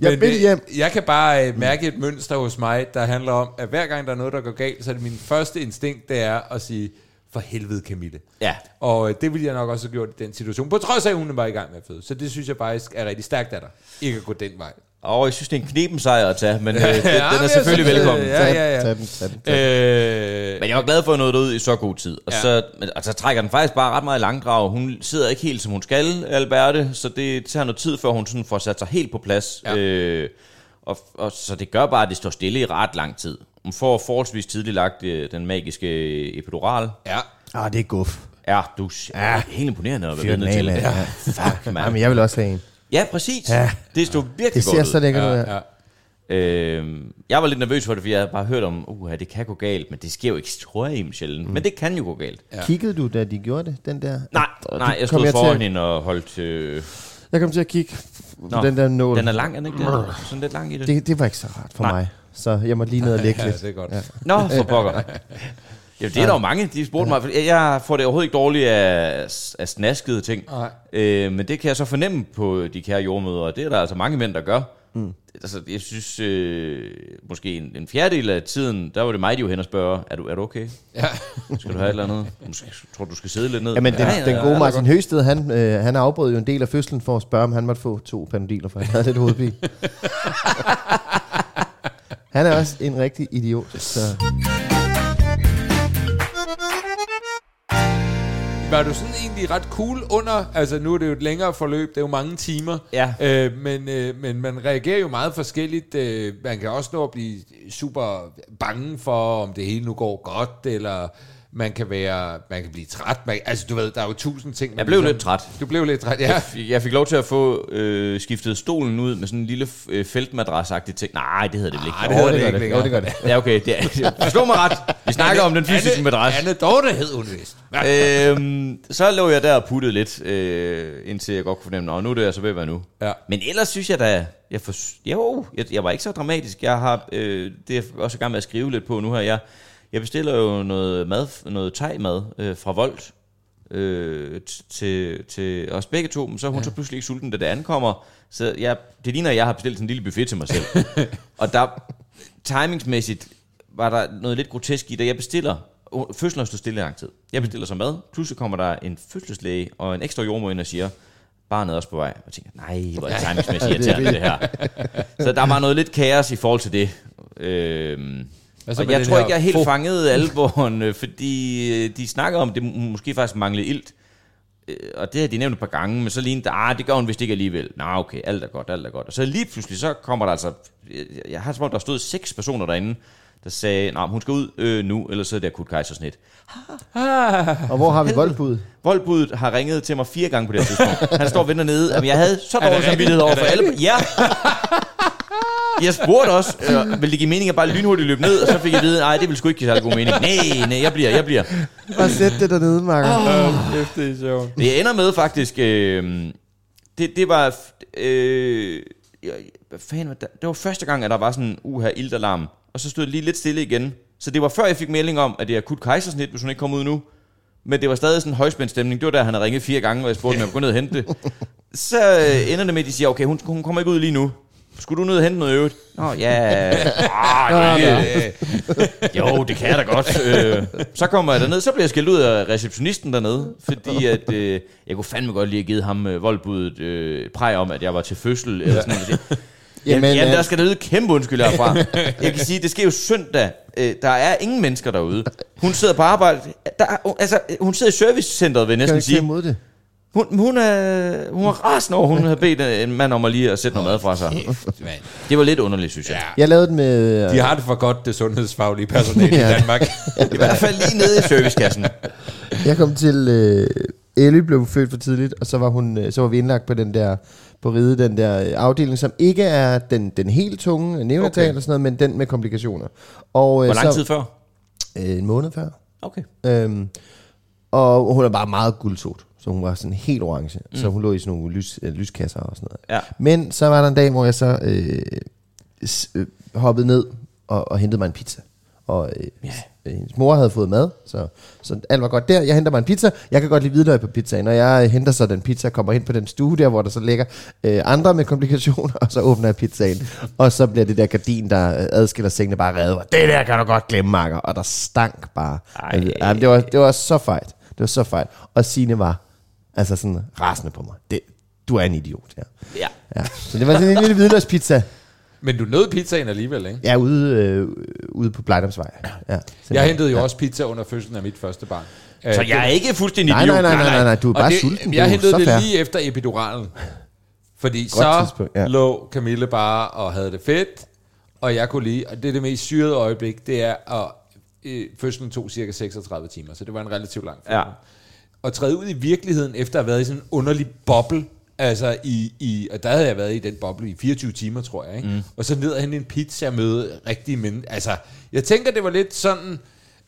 Jeg Men, vil øh, hjem. Jeg kan bare øh, mærke et mønster hos mig, der handler om, at hver gang der er noget, der går galt, så er det min første instinkt, det er at sige, for helvede Camille. Ja. Og øh, det ville jeg nok også have gjort i den situation, på trods af, at hun var i gang med at føde. Så det synes jeg faktisk er rigtig stærkt af dig, ikke at gå den vej. Og jeg synes, det er en knepen sejr at tage, men øh, den, den er jeg selvfølgelig synes, øh, velkommen. Ja, ja, ja. Tag den, tag den, tag den. Øh, Men jeg var glad for at nå det ud i så god tid. Og, Ja. ja. så, men- og så trækker den faktisk bare ret meget i langdrag. Hun sidder ikke helt, som hun skal, Alberte, så det tager noget tid, før hun sådan får sat sig helt på plads. Ja. Ja. Øh, og, og, så det gør bare, at det står stille i ret lang tid. Hun får forholdsvis tidligt lagt øh, den magiske øh, epidural. ja. Ah, det er guf. Ja, du er ja. helt imponerende at være Fyr den vidne af, til. mand. Ja. Ja. Fuck, Jamen, mand. jeg vil også have en. Ja, præcis. Ja. Det stod Det virkelig godt ser ud. så lækkert ud. Ja. ja. Øh, jeg var lidt nervøs for det, fordi jeg havde bare hørt om, uh, det kan gå galt, men det sker jo ekstremt sjældent. Mm. Men det kan jo gå galt. Kiggede du, da de gjorde det, den der? Nej, Og nej, det jeg kom stod jeg til foran at- hende og holdt... Øh, Jeg kom til at kigge på den der nål. Den er lang, er den ikke det? Sådan lidt lang i det. Det, det var ikke så rart for Nej. mig. Så jeg måtte lige ned og lægge ja, lidt. det er godt. Ja. Nå, for pokker. Ja, det er der jo mange, de spurgte mig. fordi Jeg får det overhovedet ikke dårligt af, af snaskede ting. Nej. Øh, men det kan jeg så fornemme på de kære jordmøder, og det er der altså mange mænd, der gør. Mm. Altså, jeg synes, øh, måske en, en fjerdedel af tiden, der var det mig, de var hen og spørge, er du, er du okay? Ja. Skal du have et eller andet? Måske, tror du, du skal sidde lidt ned? Jamen, den, Ja, ja, den ja, gode ja. Martin Høsted, han, øh, han afbrød jo en del af fødslen for at spørge, om han måtte få to panodiler, for han havde lidt hovedpine. han er også en rigtig idiot. Så. var du sådan egentlig ret cool under, altså nu er det jo et længere forløb, det er jo mange timer, Ja. øh, men, øh, men man reagerer jo meget forskelligt. Øh, man kan også nå at blive super bange for, om det hele nu går godt, eller man kan være, man kan blive træt. Man, altså du ved, der er jo tusind ting. man Jeg blev ligesom- lidt træt. Du blev lidt træt, ja. Jeg- Jeg fik lov til at få øh, skiftet stolen ud med sådan en lille f- øh, feltmadrasagtig ting. Nej, det hedder det vel ikke. Nej, det hedder Åh, det ikke Jo, det gør det. Ja, okay. Det er, forstå mig ret. Vi snakker om den fysiske Anne- madras. Anne Dorte hed hun vist. Ja. øhm, så lå jeg der og puttede lidt, øh, indtil jeg godt kunne fornemme, at nu er det jeg så ved at være nu. Ja. Men ellers synes jeg da, jeg for, jo, jeg, jeg var ikke så dramatisk. Jeg har, øh, det er jeg også i gang med at skrive lidt på nu her. Jeg, jeg bestiller jo noget mad, noget thai-mad øh, fra Volt. Øh, t- til, til os begge to, men så er hun ja. så pludselig ikke sulten, da det ankommer. Så jeg, det ligner, at jeg har bestilt sådan en lille buffet til mig selv. og der, timingsmæssigt, var der noget lidt grotesk i det. Jeg bestiller, oh, fødslen står stille i lang tid. Jeg bestiller så mad, pludselig kommer der en fødselslæge og en ekstra jordmor ind og siger, barnet er også på vej. Og jeg tænker, nej, hvor er det timingsmæssigt irriterende det her. Så der var noget lidt kaos i forhold til det. Øhm, Hvad så og med jeg den tror her ikke, jeg helt fro- fangede alvoren, øh, fordi øh, de snakker om, at det måske faktisk manglede ilt. Øh, Og det har de nævnt et par gange, men så lignede det, ah, det gør hun vist ikke alligevel. Nå, okay, alt er godt, alt er godt. Og så lige pludselig, så kommer der altså, jeg, jeg har som om, der stod seks personer derinde, der sagde, nej, hun skal ud øh, nu, ellers så er det akut kejsersnit. Og hvor har vi voldbud? Voldbuddet har ringet til mig fire gange på det her tidspunkt. Han står og venter nede. Jamen, jeg havde så det dårlig rigtigt? samvittighed over Er det for alle. Ja. Jeg spurgte også, øh, vil det give mening at bare lynhurtigt løbe ned? Og så fik jeg at vide, nej, det ville sgu ikke give særlig god mening. Nej, nej, jeg bliver, jeg bliver. Bare sæt det dernede, Marker. det er sjovt. Det ender med faktisk, øh, det, det var, øh, jeg, hvad fanden, var det? det var første gang, at der var sådan en uha iltalarm. Og så stod det lige lidt stille igen. Så det var før, jeg fik melding om, at det er akut kejsersnit, hvis hun ikke kom ud nu. Men det var stadig sådan en højspændt stemning. Det var der, han havde ringet fire gange, og jeg spurgte, om jeg kunne gå ned og hente det. Så øh, ender det med, at de siger, okay, hun, hun kommer ikke ud lige nu. Skulle du ned og hente noget i øvrigt? Nå, ja. Ah, det, jo, det kan jeg da godt. Øh, så kommer jeg derned, så bliver jeg skældt ud af receptionisten dernede, fordi at, øh, jeg kunne fandme godt lige have givet ham øh, voldbuddet øh, et præg om, at jeg var til fødsel. Eller sådan noget. Jamen, Jamen, Jamen, øh, der skal der lyde kæmpe undskyld herfra. Jeg kan sige, det sker jo søndag. Øh, der er ingen mennesker derude. Hun sidder på arbejde. Der er, altså, hun sidder i servicecenteret, vil Kan jeg du næsten ikke tage sige. imod det? Hun, hun, er, hun var rasende over, hun havde bedt øh, en mand om at lige at sætte noget mad fra sig. mand. Det var lidt underligt, synes jeg. Jeg lavede den med... øh, De har det for godt, det sundhedsfaglige personale Ja. i Danmark. I hvert fald lige nede i servicekassen. Jeg kom til... Øh, Ellie blev født for tidligt, og så var, hun, øh, så var vi indlagt på den der på ride, den der øh, afdeling, som ikke er den, den helt tunge neonatal Okay. okay. og sådan noget, men den med komplikationer. Og, øh, Hvor lang tid så, før? Øh, en måned før. Okay. Øhm, og hun er bare meget guldsot, så hun var sådan helt orange. Mm. Så hun lå i sådan nogle lys, øh, lyskasser og sådan noget. Ja. Men så var der en dag, hvor jeg så øh, s- øh, hoppede ned og, og hentede mig en pizza. Og øh, yeah. hendes mor havde fået mad, så, så alt var godt der. Jeg henter mig en pizza. Jeg kan godt lide hvidløg på pizzaen, og jeg øh, henter så den pizza og kommer hen på den stue der, hvor der så ligger øh, andre med komplikationer, og så åbner jeg pizzaen. Og så bliver det der gardin, der øh, adskiller sengene bare revet. Og det der kan du godt glemme, Marker. Og der stank bare. Øh, Ej. Jamen, det, var, det var så fejt. Det var så fejt. Og Signe var altså sådan rasende på mig. Det, du er en idiot, ja. Ja. Ja, så det var sådan en lille hvidløgspizza. Men du nød pizzaen alligevel, ikke? Ja, ude, øh, ude på Blejdomsvej. Ja, Jeg hentede jo også pizza under fødslen af mit første barn. Øh, Så det- jeg er ikke fuldstændig Nej, idiot. nej, nej, nej, nej, nej, du er Og bare det, sulten. Jeg du, hentede så det fair. lige efter epiduralen. Fordi så tidspunkt, ja. ja. lå Camille bare og havde det fedt, og jeg kunne lige, og det er det mest syrede øjeblik, det er, at øh, fødslen tog cirka 36 timer, så det var en relativt lang fødsel. Ja. At træde ud i virkeligheden, efter at have været i sådan en underlig boble, altså i, i, og der havde jeg været i den boble i 24 timer, tror jeg, ikke? Mm. og så ned og hente en pizza og møde rigtige mennesker. Altså, jeg tænker, det var lidt sådan,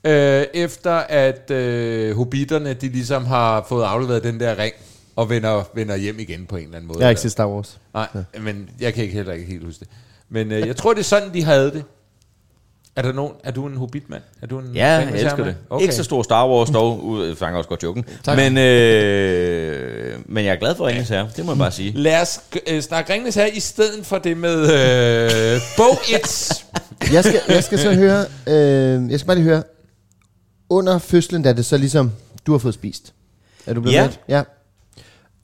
øh, efter at øh, hobitterne, de ligesom har fået afleveret den der ring, og vender, vender hjem igen på en eller anden måde. Jeg har ikke set Star Wars. Nej, men jeg kan ikke heller ikke helt huske det. Men øh, jeg tror, det er sådan, de havde det. Er, der nogen, er du en hobbitmand? Er du en Ja, fan af jeg elsker Sherman? det. Okay. Ikke så stor Star Wars dog, ud- jeg fanger også godt joken. Men, øh, men jeg er glad for Ringens Herre, det må jeg bare sige. Lad os øh, snakke Ringnes her, i stedet for det med øh, bog 1. Jeg skal, jeg skal så høre, øh, jeg skal bare lige høre, under fødslen, da det så ligesom, du har fået spist. Er du blevet Ja. mæt? Ja.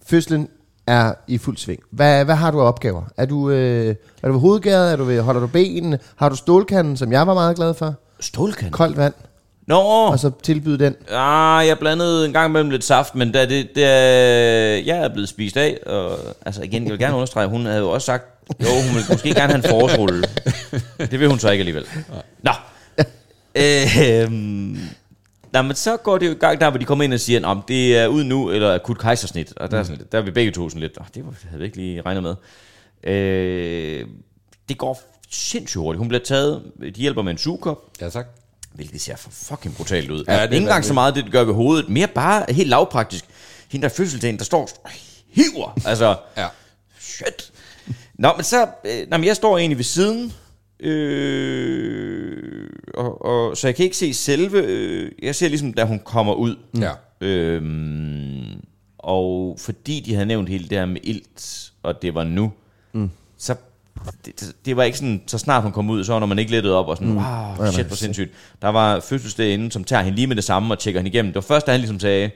Fødslen er i fuld sving. Hvad, hvad har du af opgaver? Er du, øh, er du ved hovedgade? Er du ved, holder du benene? Har du stålkanden, som jeg var meget glad for? Stålkant? Koldt vand? Nå, og så tilbyde den. ah, jeg blandede en gang imellem lidt saft, men da det, det er, jeg er blevet spist af, og altså igen, jeg vil gerne understrege, hun havde jo også sagt, jo, hun ville måske gerne have en forårsrulle. Det vil hun så ikke alligevel. Nå. Øh, nej, men så går det jo i gang der, hvor de kommer ind og siger, om det er ud nu, eller akut kejsersnit. Og der, er sådan, lidt- der er vi begge to sådan lidt, "Åh, det var- havde vi ikke lige regnet med. Øh, det går sindssygt hurtigt. Hun bliver taget, de hjælper med en sugekop, Ja, tak. Hvilket ser for fucking brutalt ud. Ja, Ja, det er det ikke engang vanvittigt. så meget det, det gør ved hovedet. Mere bare helt lavpraktisk. Hende der er fødselsdagen, der står og hiver. Altså, Ja. shit. Nå, men så... Øh, nå, men jeg står egentlig ved siden. Øh, og, og, så jeg kan ikke se selve... Øh, jeg ser ligesom, da hun kommer ud. Ja. Øhm, og fordi de havde nævnt hele det her med ilt, og det var nu, mm. så det, det var ikke sådan, så snart hun kom ud, så når man ikke lettede op og sådan, mm. wow, shit, hvor sindssygt. Der var fødselsdag inde, som tager hende lige med det samme og tjekker hende igennem. Det var først, da han ligesom sagde,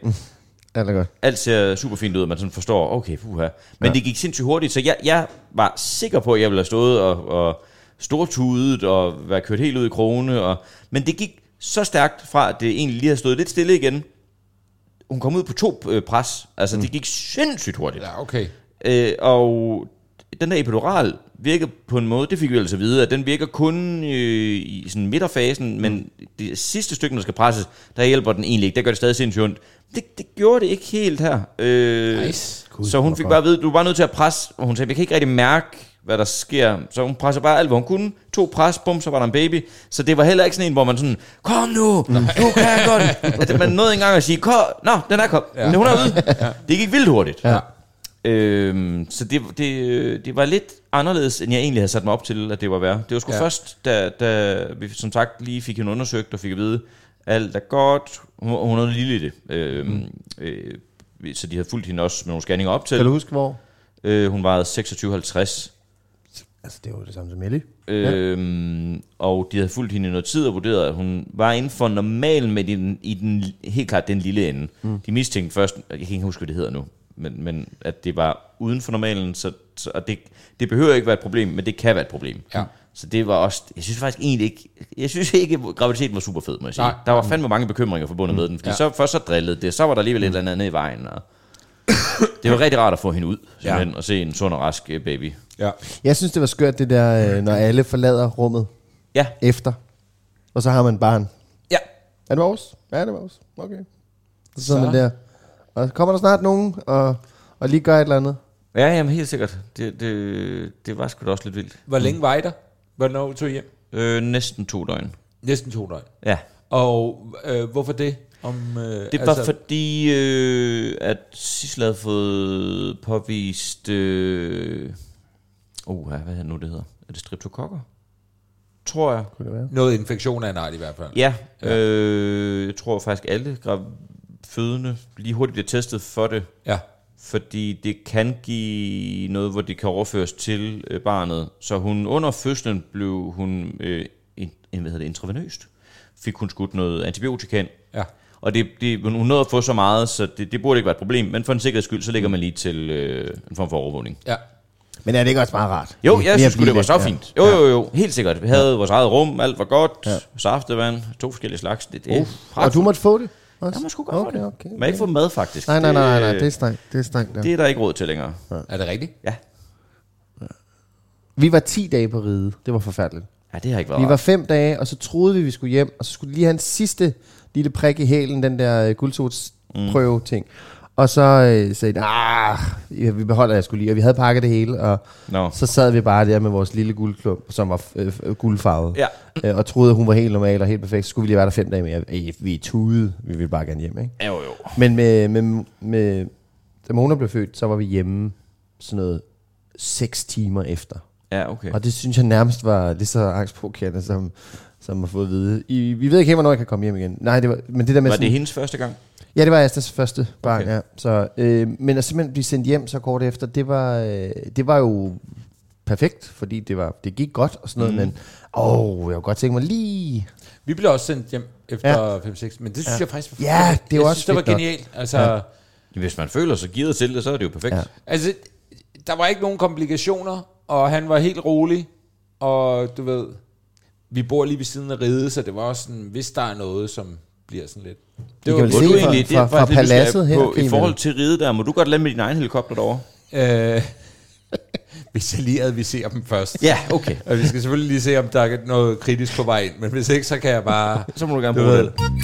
Ja, det er godt. alt ser super fint ud, og man sådan forstår, okay, puha. Men ja. det gik sindssygt hurtigt, så jeg, jeg var sikker på, at jeg ville have stået og, og stortudet og været kørt helt ud i krone. Og, men det gik så stærkt fra, at det egentlig lige havde stået lidt stille igen. Hun kom ud på to øh, pres. Altså, mm. det gik sindssygt hurtigt. Ja, okay. Øh, og den der epidural virker på en måde, det fik vi altså at vide, at den virker kun øh, i sådan midterfasen, men det sidste stykke, der skal presses, der hjælper den egentlig ikke. Der gør det stadig sindssygt ondt. Det, det gjorde det ikke helt her. Øh, Nice. God, så hun fik bare at vide, du er bare nødt til at presse, og hun sagde, jeg kan ikke rigtig mærke, hvad der sker. Så hun presser bare alt, hvad hun kunne. To pres, bum, så var der en baby. Så det var heller ikke sådan en, hvor man sådan, kom nu, nu kan jeg godt. At man nåede ikke engang at sige, kom, nå, den er kom. Ja. Men hun er ude. Det gik vildt hurtigt. Ja. Øhm, så det, det, øh, det var lidt anderledes, end jeg egentlig havde sat mig op til, at det var værd. Det var sgu Ja. ja. først, da, da vi som sagt lige fik hende undersøgt og fik at vide, alt er godt. Hun, hun havde lille i det. Øhm, øh, så de havde fulgt hende også med nogle scanninger op Kan til. du huske, hvor? Øh, hun vejede 26,50. Altså, det var jo det samme som Ellie. Øhm, og de havde fulgt hende i noget tid og vurderet, at hun var inden for normalen med den, i den, helt klart den lille ende. Mm. De mistænkte først, jeg kan ikke huske, hvad det hedder nu, men, men at det var uden for normalen, så, så og det, det behøver ikke være et problem, men det kan være et problem. Ja. Så det var også, jeg synes faktisk egentlig ikke, jeg synes ikke, at graviditeten var super fed, må jeg sige. Nej. Nej. Der var fandme mange bekymringer forbundet mm. med den, fordi Ja. ja. så, først så drillede det, så var der alligevel et eller andet nede i vejen, og det var rigtig rart at få hende ud, simpelthen, ja. og se en sund og rask øh, baby. Ja. Jeg synes, det var skørt, det der, øh, når alle forlader rummet Ja, efter, og så har man barn. Ja. Er det vores? Ja, det er vores. Okay. Så sidder man der. Og kommer der snart nogen, og, og lige gør et eller andet. Ja, jamen helt sikkert. Det, det, det var sgu da også lidt vildt. Hvor længe var I der? Hvornår tog I hjem? Øh, næsten to døgn. Næsten to døgn. Ja. Og øh, hvorfor det? Om, øh, Det var altså, fordi, øh, at Sissel havde fået påvist... Øh, oh, hvad er det nu, det hedder? Er det streptokokker? Tror jeg. Kunne det være? Noget infektion af en art i hvert fald. Ja. Øh, jeg tror faktisk, alle grav- fødende lige hurtigt bliver testet for det. Ja. Fordi det kan give noget, hvor det kan overføres til øh, barnet. Så hun under fødslen blev hun øh, in, hvad hedder det, intravenøst. Fik hun skudt noget antibiotika ind. Ja. Og det, det, hun hun nåede at få så meget, så det, det burde ikke være et problem. Men for en sikkerheds skyld, så lægger man lige til øh, en form for overvågning. Ja. Men er det ikke også meget rart? Jo, Lige- jeg lige at synes sgu, det blive var så lidt, fint. Jo, jo, jo. Helt sikkert. Vi havde vores eget rum, alt var godt. Ja. Saftevand, to forskellige slags. Det, det, Ja. Og du måtte få det? Også? Jeg må sgu godt okay, okay, det. okay, Man har ikke få mad, faktisk. øh, Nej, nej, nej, nej, det er strengt. Det er strengt, ja. det er der ikke råd til længere. Er det rigtigt? Ja, Vi var 10 dage på ride. Det var forfærdeligt. ja det har ikke været Vi rart. var fem dage, og så troede vi, vi skulle hjem, og så skulle vi lige have en sidste lille prik i hælen, den der øh, guldsotsprøve ting. Og så øh, sagde de, ah, ja, vi beholder jeg skulle lige, og vi havde pakket det hele, og Nå. så sad vi bare der med vores lille guldklump, som var øh, øh, guldfarvet, Ja. øh, og troede, at hun var helt normal og helt perfekt, så skulle vi lige være der fem dage mere. Øh, vi er tude, vi ville bare gerne hjem, ikke? Ja, jo, jo. Men med, med, med, da Mona blev født, så var vi hjemme sådan noget seks timer efter. Ja, okay. Og det synes jeg nærmest var lige så angstprovokerende, som, som at få at vide. I, vi ved ikke helt, hvornår jeg kan komme hjem igen. Nej, det var, men det der med Var sådan, det hendes første gang? Ja, det var Astas første barn, Okay. okay. ja. Så, øh, men at simpelthen blive sendt hjem så kort efter, det var, øh, det var jo perfekt, fordi det, var, det gik godt og sådan noget, mm. men åh, jeg kunne godt tænke mig lige... Vi blev også sendt hjem efter 5-6, men det synes ja. jeg faktisk var Ja, det er jeg jo synes, også det var fedt nok. genialt. Altså, ja. Hvis man føler sig givet til det, så er det jo perfekt. Ja. Ja. altså, der var ikke nogen komplikationer, og han var helt rolig, og du ved, vi bor lige ved siden af ride, så det var også sådan, hvis der er noget, som bliver sådan lidt... Det var kan vel Må se du fra, egentlig, det fra, er fra, faktisk det, du paladset skal her. på, kan I I forhold vel- til ride der, må du godt lande med din egen helikopter derovre? Øh, hvis jeg lige adviserer dem først. Ja, okay. Og vi skal selvfølgelig lige se, om der er noget kritisk på vej ind. Men hvis ikke, så kan jeg bare... Så må du gerne Du bruge ved. den.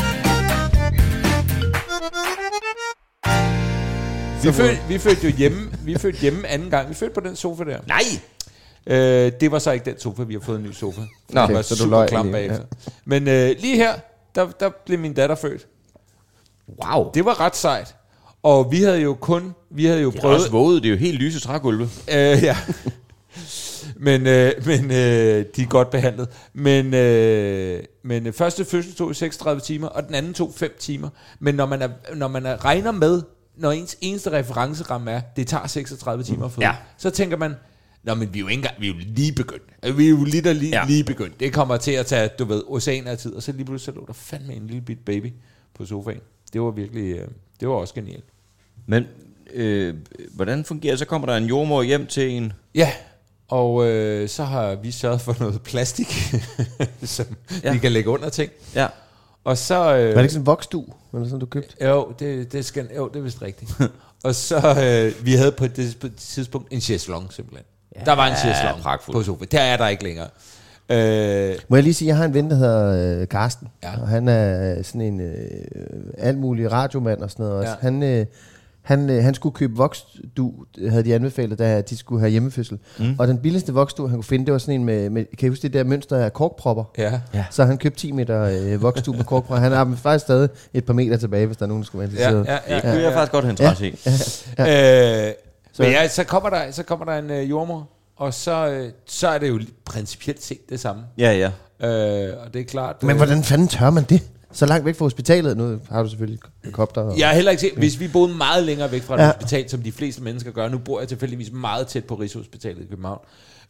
Vi fødte, vi fødte jo hjemme, vi fødte hjemme anden gang. Vi fødte på den sofa der. Nej! Øh, det var så ikke den sofa, vi har fået en ny sofa. Nå, det var så så du super løj klam alligevel, bagefter. Ja. Men øh, lige her, der, der blev min datter født. Wow. Det Det var ret sejt. Og vi havde jo kun, vi havde jo er prøvet... også våget, det er jo helt lyse trægulve. Øh, ja. Men, øh, men øh, de er godt behandlet. Men, øh, men øh, første fødsel tog 36 timer, og den anden tog 5 timer. Men når man, er, når man er, regner med, når ens eneste referenceramme er, det tager 36 timer at føde, Ja. så tænker man, Nå, men vi er jo, ikke engang, vi er jo lige begyndt. Øh, Vi er jo lige, der lige, Ja. ja. lige begyndt. Det kommer til at tage, du ved, oceaner af tid, og så lige pludselig så lå der fandme en lille bit baby på sofaen. Det var virkelig, øh, det var også genialt. Men øh, hvordan fungerer det? Så kommer der en jordmor hjem til en... Ja, og øh, så har vi sørget for noget plastik, som Ja. ja. vi kan lægge under ting. Ja. Og så... Øh, Var det ikke sådan en voksdu, eller sådan, du købte? Jo, det, det, skal, jo, det er vist rigtigt. og så, øh, vi havde på et tids- på et tidspunkt en chaiselong simpelthen. Ja, der var en chaiselong pragtfuldt. på sofaen. Der er der ikke længere. Øh, Må jeg lige sige, jeg har en ven, der hedder øh, Karsten. Ja. Og han er øh, sådan en øh, alt mulig radiomand og sådan noget også. Ja. Han, øh, han, øh, han skulle købe voksdu, havde de anbefalet, da de skulle have hjemmefødsel. Mm. Og den billigste voksdu, han kunne finde, det var sådan en med, med kan I huske det der mønster af korkpropper? ja. ja. Så han købte 10 meter øh, voksdu med korkpropper. Han har dem faktisk stadig et par meter tilbage, hvis der er nogen, der skulle være interesseret. Ja, ja, Det kunne jeg faktisk godt have en træs i. Øh, så. Men ja, så kommer der, så kommer der en øh, jordmor, og så, øh, så er det jo principielt set det samme. Ja, ja. Øh, og det er klart... Men øh, hvordan fanden tør man det? Så langt væk fra hospitalet. Nu har du selvfølgelig helikopter. Og... Jeg har heller ikke set, hvis vi boede meget længere væk fra et Ja. ja. hospital, som de fleste mennesker gør. Nu bor jeg tilfældigvis meget tæt på Rigshospitalet i København.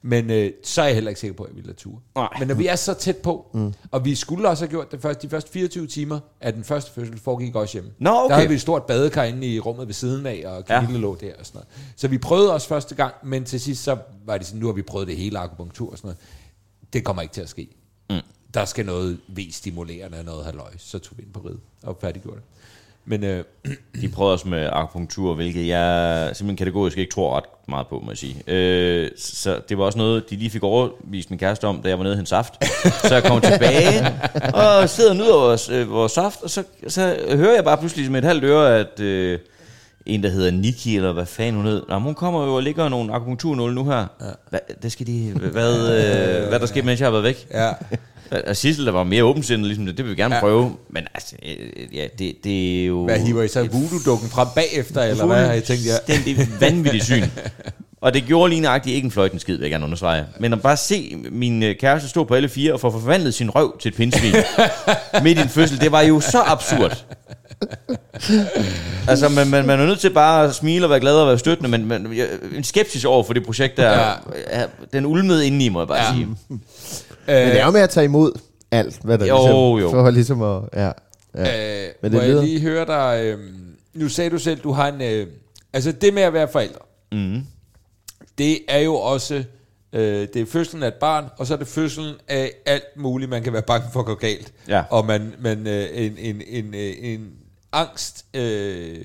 Men øh, så er jeg heller ikke sikker på, at jeg ville have tur. Nej. Men når vi er så tæt på, mm. og vi skulle også have gjort det første, de første 24 timer af den første fødsel, foregik også hjemme. Nå, okay. Der havde vi et stort badekar inde i rummet ved siden af, og Ja. Camille ja. lå der og sådan noget. Så vi prøvede også første gang, men til sidst så var det sådan, nu har vi prøvet det hele akupunktur og sådan noget. Det kommer ikke til at ske. Mm. Der skal noget V-stimulerende og noget halløj. Så tog vi ind på rid og færdiggjorde det. Men øh, De prøvede os med akupunktur, hvilket jeg simpelthen kategorisk ikke tror ret meget på, må jeg sige. Øh, så det var også noget, de lige fik overvist min kæreste om, da jeg var nede i hendes saft. Så jeg kom tilbage og sidder og nyder vores, øh, vores saft, og så, så hører jeg bare pludselig som et halvt øre, at øh, en, der hedder Nikki, eller hvad fanden hun hed, jamen, hun kommer jo og ligger nogle akupunkturnåle nu her. Hva, det skal de, hvad, øh, hvad der sker, mens jeg har været væk. Ja. Og Sissel, der var mere åbensindet, ligesom det, det vil vi gerne ja. prøve. Men altså, øh, ja, det, det er jo... Hvad hiver I så voodoo-dukken frem bagefter, eller hvad har I tænkt jer? Fuldstændig vanvittigt syn. Og det gjorde lige nøjagtigt ikke en fløjten skid, vil jeg gerne understrege. Men at bare se min øh, kæreste stå på alle fire og få forvandlet sin røv til et pindsvin midt i en fødsel, det var jo så absurd. Altså, man, man, man er nødt til bare at smile og være glad og være støttende, men man, jeg- en skepsis over for det projekt, der ja. Ja. er, den ulmede indeni, må jeg bare ja. sige. Men Øh, det er jo med at tage imod alt, hvad der Jo, ligesom, jo. For ligesom at... Ja, ja. Øh, Men det Men det må lyder- jeg lige høre dig... Øh, nu sagde du selv, du har en... Øh, altså det med at være forældre, mm. det er jo også... Øh, det er fødslen af et barn, og så er det fødslen af alt muligt, man kan være bange for at gå galt. Ja. Og man, man øh, en, en, en, øh, en angst, øh,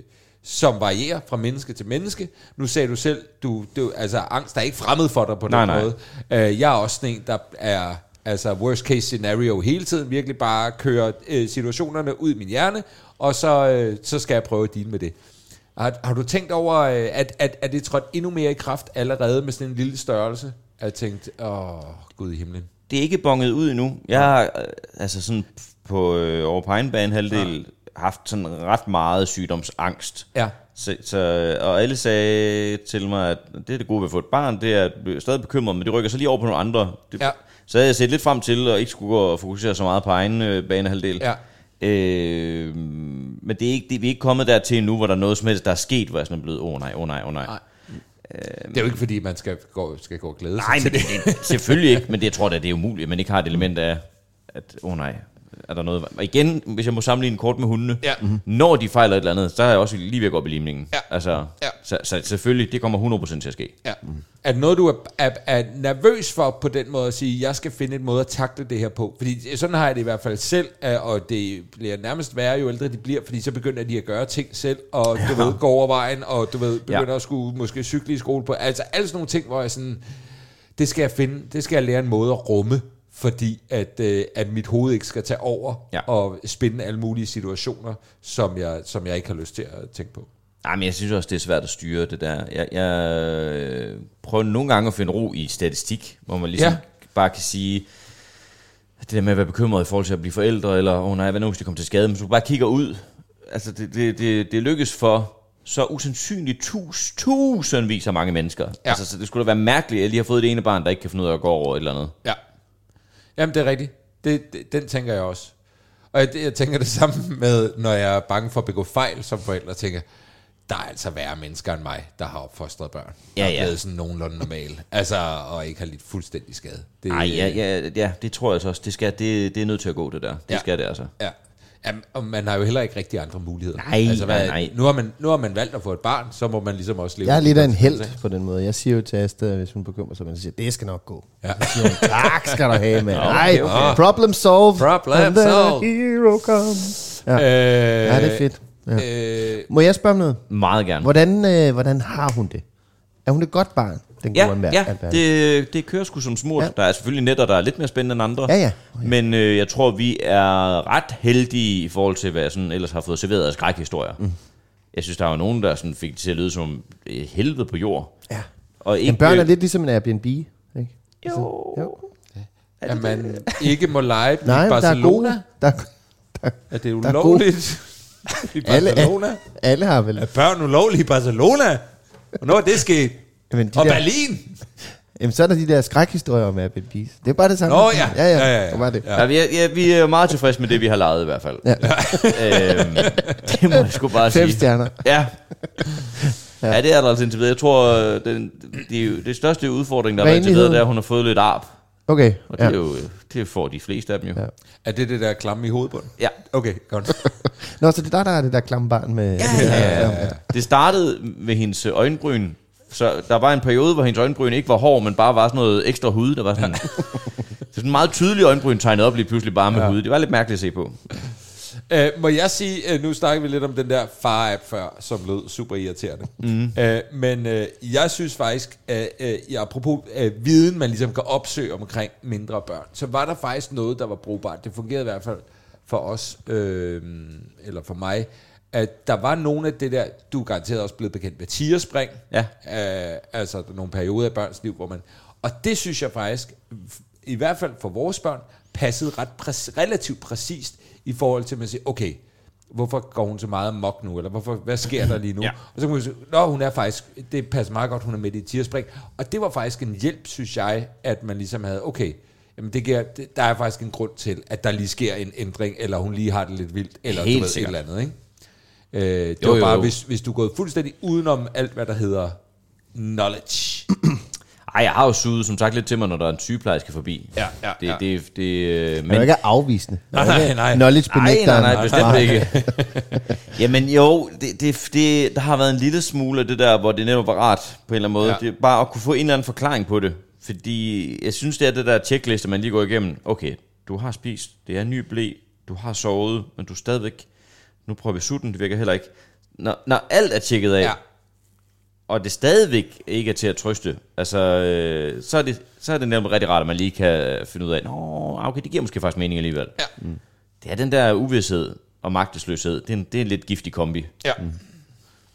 som varierer fra menneske til menneske. Nu sagde du selv, du, du altså angst er ikke fremmed for dig på Nej, den nej. måde. Øh, jeg er også sådan en, der er altså worst case scenario hele tiden, virkelig bare kører øh, situationerne ud i min hjerne, og så, øh, så skal jeg prøve at deal med det. Har, har du tænkt over, øh, at, at, at det trådt endnu mere i kraft allerede med sådan en lille størrelse? Jeg tænkt, åh, Gud i himlen. det er ikke bonget ud endnu. Jeg har øh, altså sådan på øh, over på egen bane halvdel haft sådan ret meget sygdomsangst. Ja. Så, så, og alle sagde til mig, at det er det gode ved at få et barn, det er at blive stadig bekymret, men det rykker så lige over på nogle andre. Det, Ja. Så havde jeg set lidt frem til, og ikke skulle gå og fokusere så meget på egen øh, banehalvdel. Ja. Øh, men det er ikke, det, vi er ikke kommet dertil nu, hvor der er noget som helst, der er sket, hvor jeg sådan er blevet, åh oh, nej, åh oh, nej, åh oh, nej. Nej. Det er jo ikke, fordi man skal gå, skal gå og glæde sig Nej, til det. men det, det, selvfølgelig ikke, men det, jeg tror da, det er umuligt, at man ikke har et element af, at, åh oh, nej, er der noget... Og igen, hvis jeg må sammenligne kort med hundene, ja. når de fejler et eller andet, så er jeg også lige ved at gå op i limningen. Ja. Altså, Ja. Så, så, selvfølgelig, det kommer 100% til at ske. Ja. Er det noget, du er, er, er nervøs for på den måde at sige, jeg skal finde en måde at takle det her på? Fordi sådan har jeg det i hvert fald selv, øh, og det bliver nærmest værre, jo ældre de bliver, fordi så begynder de at gøre ting selv, og du ved, gå over vejen, og du ved, begynder ja. Ja. at skulle måske cykle i skole på. Altså alle sådan nogle ting, hvor jeg sådan, det skal jeg finde, det skal jeg lære en måde at rumme, fordi at, øh, at mit hoved ikke skal tage over Ja. og spænde alle mulige situationer, som jeg, som jeg ikke har lyst til at tænke på. Ej, men jeg synes også, det er svært at styre det der. Jeg, jeg øh, prøver nogle gange at finde ro i statistik, hvor man ligesom Ja. ja. bare kan sige, det der med at være bekymret i forhold til at blive forældre, eller åh oh, nej, hvad nu hvis det kommer til skade, men hvis du bare kigger ud, altså det, det, det, det lykkes for så usandsynligt tus, tusindvis af mange mennesker. Ja. Ja. Altså så det skulle da være mærkeligt, at jeg lige har fået det ene barn, der ikke kan finde ud af at gå over et eller andet. Ja. Jamen, det er rigtigt. Det, det, den tænker jeg også. Og jeg, jeg tænker det samme med, når jeg er bange for at begå fejl som forældre, tænker der er altså værre mennesker end mig, der har opfostret børn. Ja, der er ja. blevet sådan nogenlunde normal. Altså, og ikke har lidt fuldstændig skade. Det, Nej, ja, ja, ja, det tror jeg altså også. Det, skal, det, det er nødt til at gå, det der. Det Ja. ja. skal det altså. Ja. Jamen, og man har jo heller ikke rigtig andre muligheder. Altså, Nej, nej, nej. Nu har, man, nu har man valgt at få et barn, så må man ligesom også leve. Jeg er med de lidt af en konsekvenser, held på den måde. Jeg siger jo til Asta, hvis hun bekymrer sig, men så siger, jeg, det skal nok gå. Ja. Ja. Så siger hun, tak skal du have, mand. okay, Nej, okay. problem solved. Problem And the solved. hero comes. Ja, ikke? Øh, ja det er fedt. Ja. Øh, Må jeg spørge om noget? Meget gerne. Hvordan, øh, hvordan har hun det? Er hun et godt barn, den gode Ja, Anna- ja Anna- det, det kører sgu som smurt. Ja. Ja. Der er selvfølgelig netter, der er lidt mere spændende end andre. Ja, ja. Oh, ja. Men øh, jeg tror, vi er ret heldige i forhold til, hvad jeg sådan ellers har fået serveret af skrækhistorier. Mm. Jeg synes, der var nogen, der sådan fik det til at lyde som øh, helvede på jord. Ja. Og ikke, Men børn er lidt ligesom en Airbnb, ikke? Øh. Altså, Jo. jo. at man ikke må lege dem Nej, i men der er Barcelona. gode. Der, er- der, Er det Der er gode- ulovligt i alle, Barcelona? Alle, alle har vel... er børn ulovlige i Barcelona? Hvornår er det sket? Jamen, de Og der- Berlin? Jamen, så er der de der skrækhistorier om Airbnb. Det er bare det samme. Nå, ja. Ja, ja, Ja, ja, ja. Det er bare det. Ja. Ja, vi, er, ja, vi er meget tilfredse med det, vi har lejet i hvert fald. Ja. øhm, det må jeg sgu bare Fem sige. stjerner. Ja. ja. Ja, det er der altså indtil videre. Jeg tror, øh, den, det, det største udfordring, der har været indtil videre, Renligheden. det er, at hun har fået lidt arp. Okay. Og det, Ja. ja. er jo, øh, det får de fleste af dem jo. Ja. Ja. Er det det der klamme i hovedbunden? ja. Okay, godt. Nå, så det er der, der er det der klamme barn med... Ja, ja, ja. Det startede med hendes øjenbryn. Så der var en periode, hvor hendes øjenbryn ikke var hård, men bare var sådan noget ekstra hud, der var sådan... det er sådan en meget tydelig øjenbryn tegnet op lige pludselig bare med ja. hud. Det var lidt mærkeligt at se på. Øh, må jeg sige, øh, nu snakker vi lidt om den der far-app før, som lød super irriterende. Mm. Øh, men øh, jeg synes faktisk, øh, øh, i apropos øh, viden, man ligesom kan opsøge omkring mindre børn, så var der faktisk noget, der var brugbart. Det fungerede i hvert fald for os, øh, eller for mig, at der var nogle af det der, du er garanteret også blevet bekendt med, tigerspring. Ja. Øh, altså nogle perioder af børns liv, hvor man... Og det synes jeg faktisk, f- i hvert fald for vores børn, passede ret præc- relativt præcist i forhold til, at man siger, okay, hvorfor går hun så meget mok nu, eller hvorfor, hvad sker der lige nu? ja. Ja. Og så kan man sige, nå, hun er faktisk, det passer meget godt, hun er midt i et tigerspring. Og det var faktisk en hjælp, synes jeg, at man ligesom havde, okay, jamen det giver, det, der er faktisk en grund til, at der lige sker en ændring, eller hun lige har det lidt vildt, eller Helt du ved, et sikkert. eller andet, ikke? Øh, det jo, Jo, var jo, bare, jo. hvis, hvis du er gået fuldstændig udenom alt, hvad der hedder knowledge. Ej, jeg har jo suget som sagt lidt til mig, når der er en sygeplejerske forbi. Ja, ja, det, ja. Det, det, øh, men, Men... Jeg er jo ikke afvisende. Nej, Jeg er jo ikke nej, nej. Knowledge Nej, benægter. nej, nej, bestemt ikke. Jamen jo, det, det, det, der har været en lille smule af det der, hvor det netop var rart på en eller anden måde. Ja. Ja. Det, er bare at kunne få en eller anden forklaring på det. Fordi jeg synes, det er det der checkliste, man lige går igennem. Okay, du har spist, det er ny blæ, du har sovet, men du er stadigvæk... Nu prøver vi sutten, det virker heller ikke. Når, når alt er tjekket af, Ja. ja. og det stadigvæk ikke er til at trøste, altså, øh, så, er det, så er det nemlig rigtig rart, at man lige kan finde ud af, Nå, okay, det giver måske faktisk mening alligevel. Mm. Ja. Det er den der uvidshed og magtesløshed. Det er en, det er en lidt giftig kombi. Ja. Mm.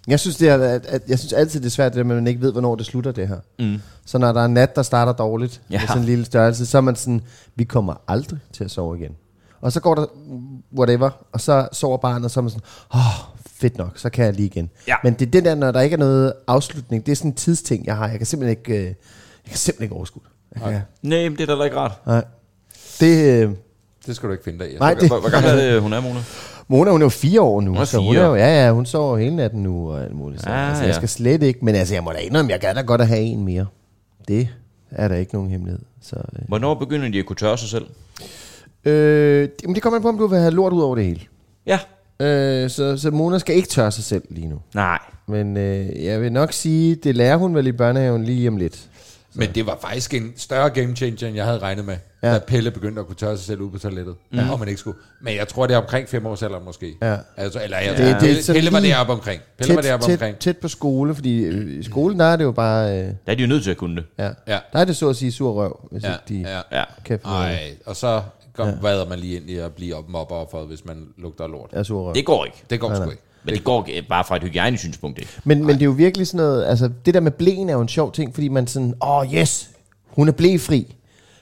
Jeg synes, det er, at, at, jeg synes altid, det er svært, det der med, at man ikke ved, hvornår det slutter, det her. Mm. Så når der er en nat, der starter dårligt, ja. Ja. med sådan en lille størrelse, så er man sådan, vi kommer aldrig til at sove igen. Og så går der whatever, og så sover barnet, og så er man sådan, åh, oh, fedt nok, så kan jeg lige igen. Ja. Men det er den der, når der ikke er noget afslutning, det er sådan en tidsting, jeg har. Jeg kan simpelthen ikke, øh, jeg kan simpelthen ikke overskue det. Jeg kan- Nej, men det er da heller ikke rart. Nej. Det, øh, Det skal du ikke finde dig i. nej, det, Hvor gammel er det, hun er, Mona? Mona, hun er jo fire år nu, Hun er så hun fire. er jo, ja, ja, hun sover hele natten nu og alt muligt. Så, Ah, altså, jeg ja. skal slet ikke, men altså, jeg må da indrømme, jeg gad da godt at have en mere. Det er der ikke nogen hemmelighed. Så, øh, Hvornår begynder de at kunne tørre sig selv? Øh, det- men det kommer an på, om du vil have lort ud over det hele. Ja. Øh, så, så Mona skal ikke tørre sig selv lige nu. Nej. Men øh, jeg vil nok sige, det lærer hun vel i børnehaven lige om lidt. Men det var faktisk en større game changer, end jeg havde regnet med, ja. Ja. da Pelle begyndte at kunne tørre sig selv ud på toilettet, ja. og man ikke skulle. Men jeg tror, det er omkring fem års alder måske. Ja. Altså, eller jeg, Det- ja. det er Pelle, sådan Pelle var lige deroppe omkring. Pelle var Tæt, deroppe tæt, omkring. tæt på skole, fordi øh, i skolen der er det jo bare... Øh, Der er de jo nødt til at kunne det. ja. Ja. Der er det så at sige sur røv, hvis ja. Ja, ikke de ja. ja. Ja. kan finde ud af det. Ej, og så går, ja. vader man lige ind i at blive op mobbeofferet, hvis man lugter af lort. er sur røv. Det går ikke. Det går sgu ikke. Men det går ikke, bare fra et hygiejnisk synspunkt ikke. Men, men det er jo virkelig sådan noget, altså det der med blæen er jo en sjov ting, fordi man sådan, åh oh yes, hun er blæfri.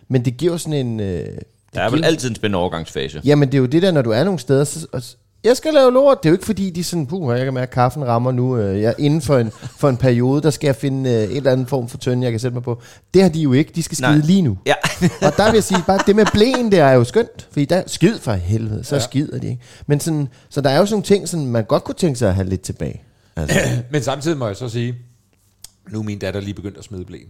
Men det giver jo sådan en, øh, Der er vel altid en spændende overgangsfase. jamen det er jo det der, når du er nogle steder, så, og, s- jeg skal lave lort. Det er jo ikke fordi, de er sådan, puh, jeg kan mærke, at kaffen rammer nu. Øh, jeg, inden for en, for en periode, der skal jeg finde øh, en eller anden form for tønde, jeg kan sætte mig på. Det har de jo ikke. De skal skide Nej. Nej. lige nu. Ja. og der vil jeg sige, bare det med blæen, det er jo skønt. Fordi der skid for helvede, så ja. skider de ikke. Men sådan, så der er jo sådan nogle ting, sådan, man godt kunne tænke sig at have lidt tilbage. Men samtidig må jeg så sige, nu er min datter lige begyndt at smide blæen.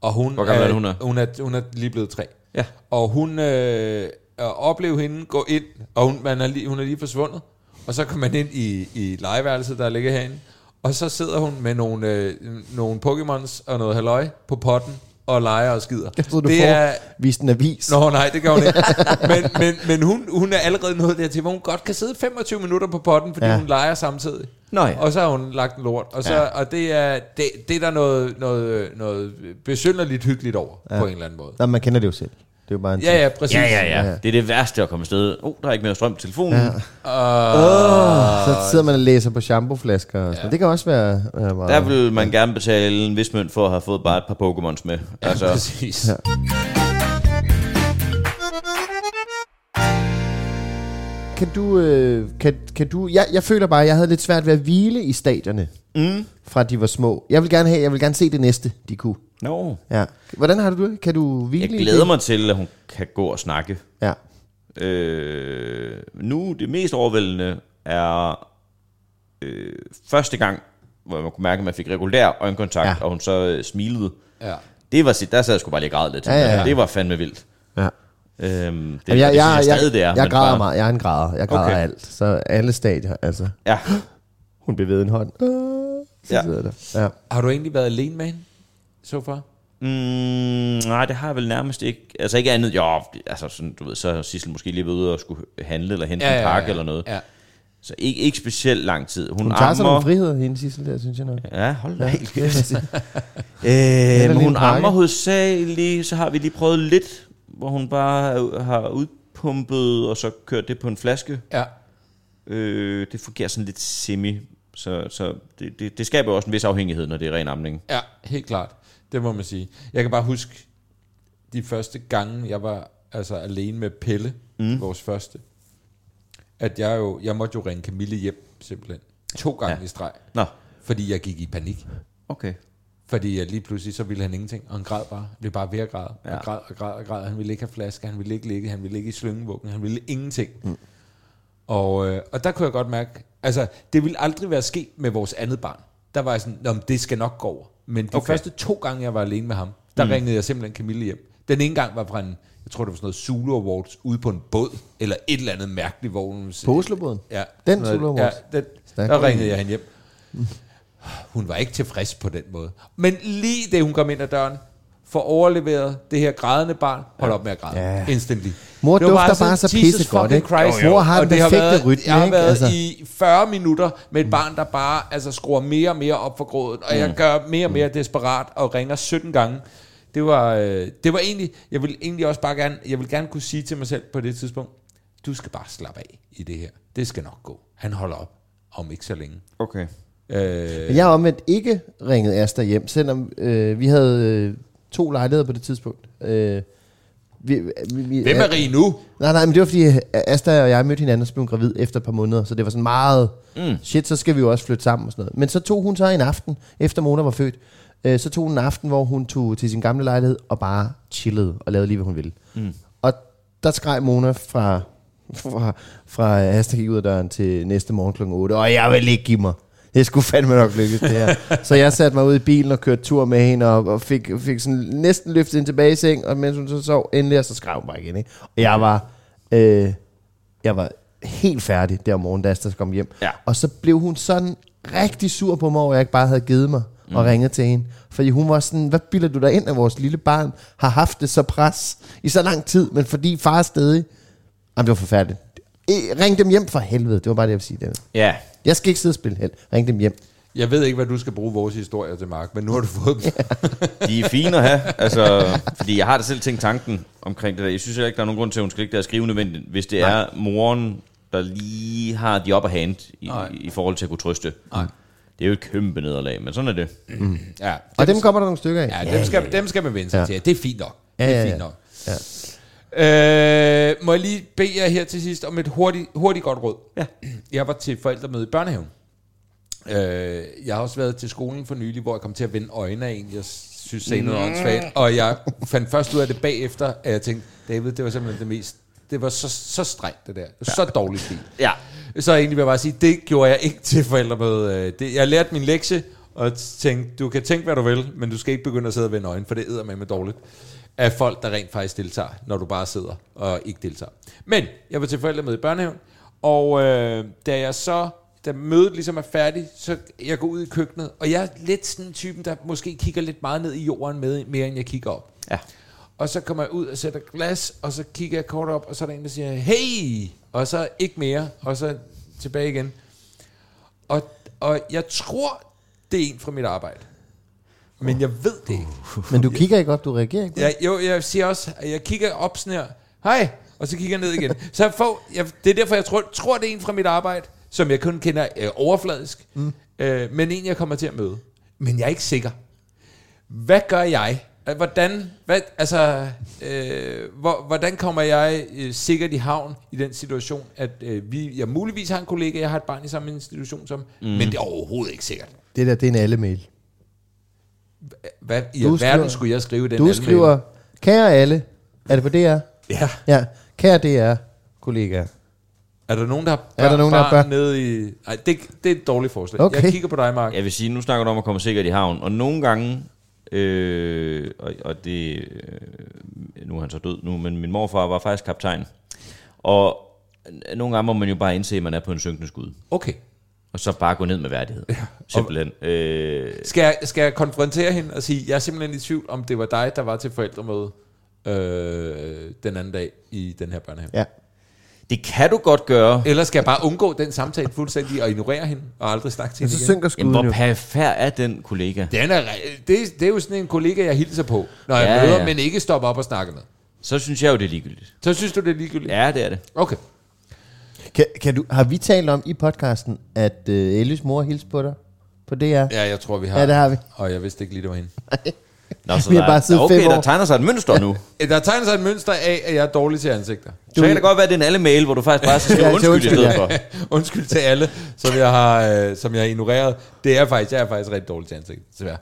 Og hun Hvor gammel er det, hun er? Hun er, hun er lige blevet tre. Ja. Og hun øh, at opleve hende gå ind, og hun, man er lige, hun er lige forsvundet. Og så kommer man ind i, i legeværelset, der ligger herinde. Og så sidder hun med nogle, øh, nogle Pokémons og noget halløj på potten og leger og skider. Jeg troede, du det får er, vist en avis. Nå nej, det gør hun ikke. Men, men, men hun, hun er allerede nået dertil, hvor hun godt kan sidde 25 minutter på potten, fordi ja. Ja. hun leger samtidig. Nå ja. Og så har hun lagt en lort. Og, så, ja. og det, er, det, det er der noget, noget, noget besynderligt hyggeligt over, ja. på en eller anden måde. Nej, man kender det jo selv. Det er jo bare en Ja, ja, præcis. Ja, ja, ja. Ja. Det er det værste at komme afsted. Oh, der er ikke mere strøm på telefonen. Ja. Så sidder man og læser på shampooflasker og sådan. Ja. Det kan også være øh, meget... Der vil man gerne betale en vis mønt for at have fået bare et par Pokémons med. Altså, Præcis. Ja. Kan du... Øh, kan, kan du jeg, jeg føler bare, at jeg havde lidt svært ved at hvile i stadierne, mm. fra de var små. Jeg vil gerne have, jeg vil gerne se det næste, de kunne. no. Ja. Hvordan har du det? Kan du hvile Jeg i glæder det? mig til, at hun kan gå og snakke. Ja. Øh, nu, det mest overvældende er øh, første gang, hvor man kunne mærke, at man fik regulær øjenkontakt, ja. Ja. og hun så øh, smilede. ja. Det var sit, der sad jeg sgu bare lige og græd lidt. Ja, ja, ja. Det var fandme vildt. ja. Øhm, det, Jamen, Jamen, jeg, det, synes jeg stadig, det er. jeg, men jeg græder bare- meget. Jeg er en græder. Jeg græder Okay. okay. alt. Så alle stadier, altså. Ja. Hun bevægede en hånd. Øh, så Ja. ja. sidder der. Ja. Har du egentlig været alene med hende så far? Mm, nej, det har jeg vel nærmest ikke. Altså ikke andet. Jo, altså sådan, du ved, så er Sissel måske lige ved ude og skulle handle eller hente ja, en pakke ja, ja. eller noget. Ja. Ja. Så ikke, ikke specielt lang tid. Hun, Hun tager sig nogle ammer. friheder, hende Sissel, der, synes jeg nok. Ja, hold da helt Det vil jeg kæft. sige. Øh, Henter men lige hun en pakke. ammer hovedsageligt, så har vi lige prøvet lidt, hvor hun bare har udpumpet og så kørt det på en flaske. ja. Øh, det fungerer sådan lidt semi, så, så det, det, det skaber jo også en vis afhængighed, når det er ren amning. Ja, helt klart. Det må man sige. Jeg kan bare huske de første gange, jeg var altså alene med Pelle, mm. vores første, at jeg jo, jeg måtte jo ringe Camille hjem, simpelthen. To gange ja. i streg. Nå, Fordi jeg gik i panik. okay. Fordi at lige pludselig, så ville han ingenting, og han græd bare. Han blev bare ved at græde, ja. og græd og græd og græd. Han ville ikke have flaske, han ville ikke ligge, han ville ikke i slyngevuggen, han ville ingenting. Mm. Og, øh, og der kunne jeg godt mærke, altså det ville aldrig være sket med vores andet barn. Der var jeg sådan, Nå, men det skal nok gå over. Men de okay. første to gange, jeg var alene med ham, der mm. ringede jeg simpelthen Camille hjem. Den ene gang var fra en, jeg tror det var sådan noget Zulu Awards, ude på en båd, eller et eller andet mærkeligt, hvor hun... På Oslobåden? Ja. Den Zulu Awards? Ja, den, Stærkt. der ringede jeg hende hjem. Hun var ikke tilfreds på den måde. Men lige det hun kom ind ad døren, får overleveret det her grædende barn, hold op med at græde. Ja. Instantly. Mor Det var dufter sådan, bare så Jesus pissegodt, fucking ikke? Christ. Jo, jo. Mor har Og den det har perfekte været, rytme, Jeg har ikke? været Altså. i 40 minutter med et barn, der bare altså, skruer mere og mere op for gråden, og Mm. jeg gør mere og mere desperat og ringer 17 gange. Det var, øh, det var egentlig, jeg vil egentlig også bare gerne, jeg vil gerne kunne sige til mig selv på det tidspunkt, du skal bare slappe af i det her. Det skal nok gå. Han holder op om ikke så længe. Okay. Øh, Men jeg har omvendt ikke ringet Asta hjem, selvom øh, vi havde øh, to lejligheder på det tidspunkt. Øh, vi, vi, vi, hvem er rig nu? Nej, nej, men det var fordi øh, Asta og jeg mødte hinanden og så blev hun gravid efter et par måneder, så det var sådan meget, mm. shit, så skal vi jo også flytte sammen og sådan noget. Men så tog hun så en aften, efter Mona var født, øh, så tog hun en aften, hvor hun tog til sin gamle lejlighed og bare chillede og lavede lige, hvad hun ville. Mm. Og der skreg Mona fra, fra, fra Asta gik ud af døren til næste morgen kl. 8, og jeg vil ikke give mig. Det skulle fandme nok lykkes, det her. så jeg satte mig ud i bilen og kørte tur med hende, og, og fik, fik sådan næsten løftet hende tilbage i seng, og mens hun så sov endelig, og så skrev hun bare igen. Ikke? Og jeg var Øh, jeg var helt færdig der om morgenen, da Asta kom hjem. Ja. Og så blev hun sådan rigtig sur på mig, over at jeg ikke bare havde givet mig mm. og ringet til hende. Fordi hun var sådan, hvad bilder du dig ind, at vores lille barn har haft det så pres i så lang tid, men fordi far er stadig... Jamen, det var forfærdeligt. E, ring dem hjem for helvede. Det var bare det, jeg ville sige. Dennis. Ja. Jeg skal ikke sidde og spille held. Ring dem hjem. Jeg ved ikke, hvad du skal bruge vores historier til, Mark, men nu har du fået dem. De er fine at have, altså, fordi jeg har da selv tænkt tanken omkring det der. Jeg synes heller ikke, der er nogen grund til, at hun skal ligge der og skrive nødvendigt, hvis det Nej. er moren, der lige har de op at hand i, Nej. i forhold til at kunne trøste. Nej. Det er jo et kæmpe nederlag, men sådan er det. Ja, Og dem kommer der nogle stykker af. ja, dem, skal, dem skal man vende sig ja. til. Det er fint nok. Det Ja, er ja, fint ja. nok. Øh, må jeg lige bede jer her til sidst om et hurtigt, hurtigt godt råd? Ja. Jeg var til forældremøde i børnehaven. Øh, jeg har også været til skolen for nylig, hvor jeg kom til at vende øjnene af en, jeg synes sagde noget åndssvagt. Mm. Og jeg fandt først ud af det bagefter, at jeg tænkte, David, det var simpelthen det mest... Det var så, så strengt, det der. Så dårligt stil. Ja. Så egentlig vil jeg bare sige, det gjorde jeg ikke til forældremøde. Øh, Det, jeg lærte min lektie, og tænkte, du kan tænke, hvad du vil, men du skal ikke begynde at sidde og vende øjnene, for det æder med med dårligt af folk, der rent faktisk deltager, når du bare sidder og ikke deltager. Men jeg var til forældremøde i børnehaven, og øh, da jeg så, da mødet ligesom er færdigt, så jeg går ud i køkkenet, og jeg er lidt sådan en typen, der måske kigger lidt meget ned i jorden med, mere end jeg kigger op. Ja. Og så kommer jeg ud og sætter glas, og så kigger jeg kort op, og så er der en, der siger, hey! Og så ikke mere, og så tilbage igen. Og, og jeg tror, det er en fra mit arbejde. Men jeg ved det ikke. Men du kigger ikke op, du reagerer ikke. Jeg, jo, jeg siger også, at jeg kigger op sådan her, hej, og så kigger jeg ned igen. Så jeg får, jeg, det er derfor, jeg tror, tror, det er en fra mit arbejde, som jeg kun kender øh, overfladisk, mm. øh, men en, jeg kommer til at møde. Men jeg er ikke sikker. Hvad gør jeg? Øh, Hvordan, hvad, altså, øh, hvor, hvordan kommer jeg øh, sikkert i havn i den situation, at øh, vi, jeg muligvis har en kollega, jeg har et barn i samme institution som, mm. men det er overhovedet ikke sikkert. Det der, det er en alle-mail. Hvad i Du alverden skriver- skulle jeg skrive i den Du anmeldelse? skriver, kære alle, er det på DR? Ja. Ja, kære DR, kollegaer. Er der nogen, der har Er der nogen, der har børn? nede i... Nej, det, det er et dårligt forslag. Okay. Okay. Jeg kigger på dig, Mark. Jeg vil sige, nu snakker du om at komme sikkert i havn, og nogle gange, øh, og, og det, øh, nu er han så død nu, men min morfar var faktisk kaptajn, og n- nogle gange må man jo bare indse, at man er på en synkende skud, Okay. og så bare gå ned med værdighed, simpelthen. Øh, Skal jeg, skal jeg konfrontere hende og sige, jeg er simpelthen i tvivl, om det var dig, der var til forældremøde øh, den anden dag i den her børnehave? Ja. Ja. det kan du godt gøre. Eller skal jeg bare undgå den samtale fuldstændig og ignorere hende og aldrig snakke til Men hende så igen? synker skuden Jamen, hvor jo. perfær er den kollega? Den er, re- det, det er jo sådan en kollega, jeg hilser på, når jeg Ja, ja, møder, ja. ja. men ikke stopper op og snakker med. Så synes jeg jo, det er ligegyldigt. Så synes du, det er ligegyldigt? Ja, det er det. Okay. Kan, kan du, har vi talt om i podcasten, at øh, Ellis mor hilste på dig? På DR? Ja. Ja, jeg tror, vi har. Ja, det har vi. Og jeg vidste ikke lige, det var hende. Nå, så Vi har der, bare siddet okay, fem år. der tegner sig et mønster nu. Der tegner sig et mønster af, at jeg er dårlig til ansigter. Så kan det godt være, at det er en alle mail, hvor du faktisk bare skal Ja, skrive til undskyld i undskyld, stedet ja. for. Undskyld til alle, som jeg har, øh, som jeg har ignoreret. Det er faktisk, jeg er faktisk rigtig dårlig til ansigt, desværre.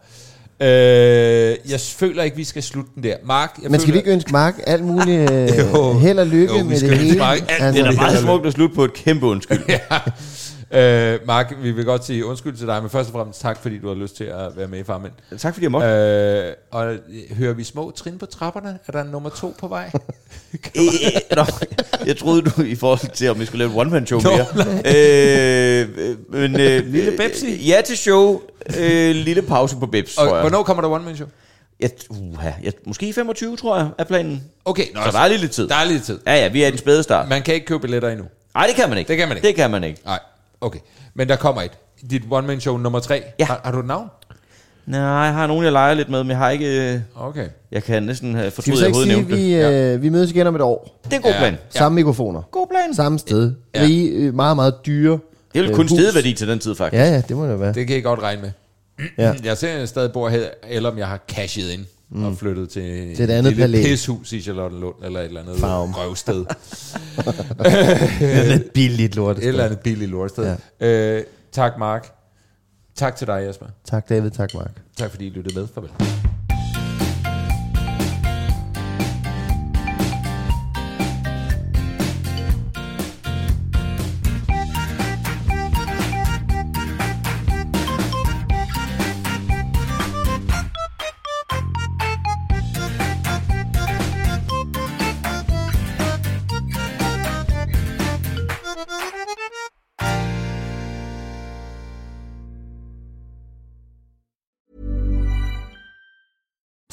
Øh, jeg føler ikke, vi skal slutte den der. Mark, jeg Men skal vi føler, ikke ønske Mark alt muligt øh, Jo. held og lykke Jo, vi med skal det ønske hele? Altså, Mark alt Det er da meget Eller- smukt at slutte på et kæmpe undskyld. ja. øh, Mark, vi vil godt sige undskyld til dig, men først og fremmest tak, fordi du har lyst til at være med i Farmen. Tak fordi jeg måtte. Øh, og øh, hører vi små trin på trapperne? Er der en nummer to på vej? Øh, Nå, jeg troede du i forhold til, om vi skulle lave et one-man-show Nå, mere. Øh, øh, men, øh, Lille Bebsi. Ja til show. Øh, lille pause på Bebs, og tror jeg. hvornår kommer der One Man Show? Jeg, uha, jeg, måske 25, tror jeg, er planen. Okay, nå, Så der er lige lidt tid. der er lidt tid. Ja, ja, vi er i den spæde start. Man kan ikke købe billetter endnu. Nej, det kan man ikke. Det kan man ikke. Det kan man ikke. Nej, okay. Men der kommer et. Dit One Man Show nummer tre. Ja. Har, har du et navn? Nej, jeg har nogen, jeg leger lidt med, men jeg har ikke... øh, Okay. Jeg kan næsten øh, have Skal vi fortrudt, så at jeg ikke overhovedet sige, nævnte at vi, det. øh, vi mødes igen om et år? Det er en god plan. Samme mikrofoner. God plan. Samme sted. Ja. Ja. Rige, øh, meget, meget dyre. Det vil øh, kun hus. stede værdi til den tid, faktisk. Ja, ja, det må det være. Det kan jeg godt regne med. Ja. Jeg ser jeg stadig bor her, eller om jeg har cashet ind mm. og flyttet til det et andet lille palæ. pishus i Charlottenlund, eller et eller andet Farm. Farum. røvsted. Det er lidt billigt lort. et eller andet billigt lortsted. Ja. Øh, tak, Mark. Tak til dig, Jasper. Tak David, tak Mark. Tak fordi I lyttede med. Farvel.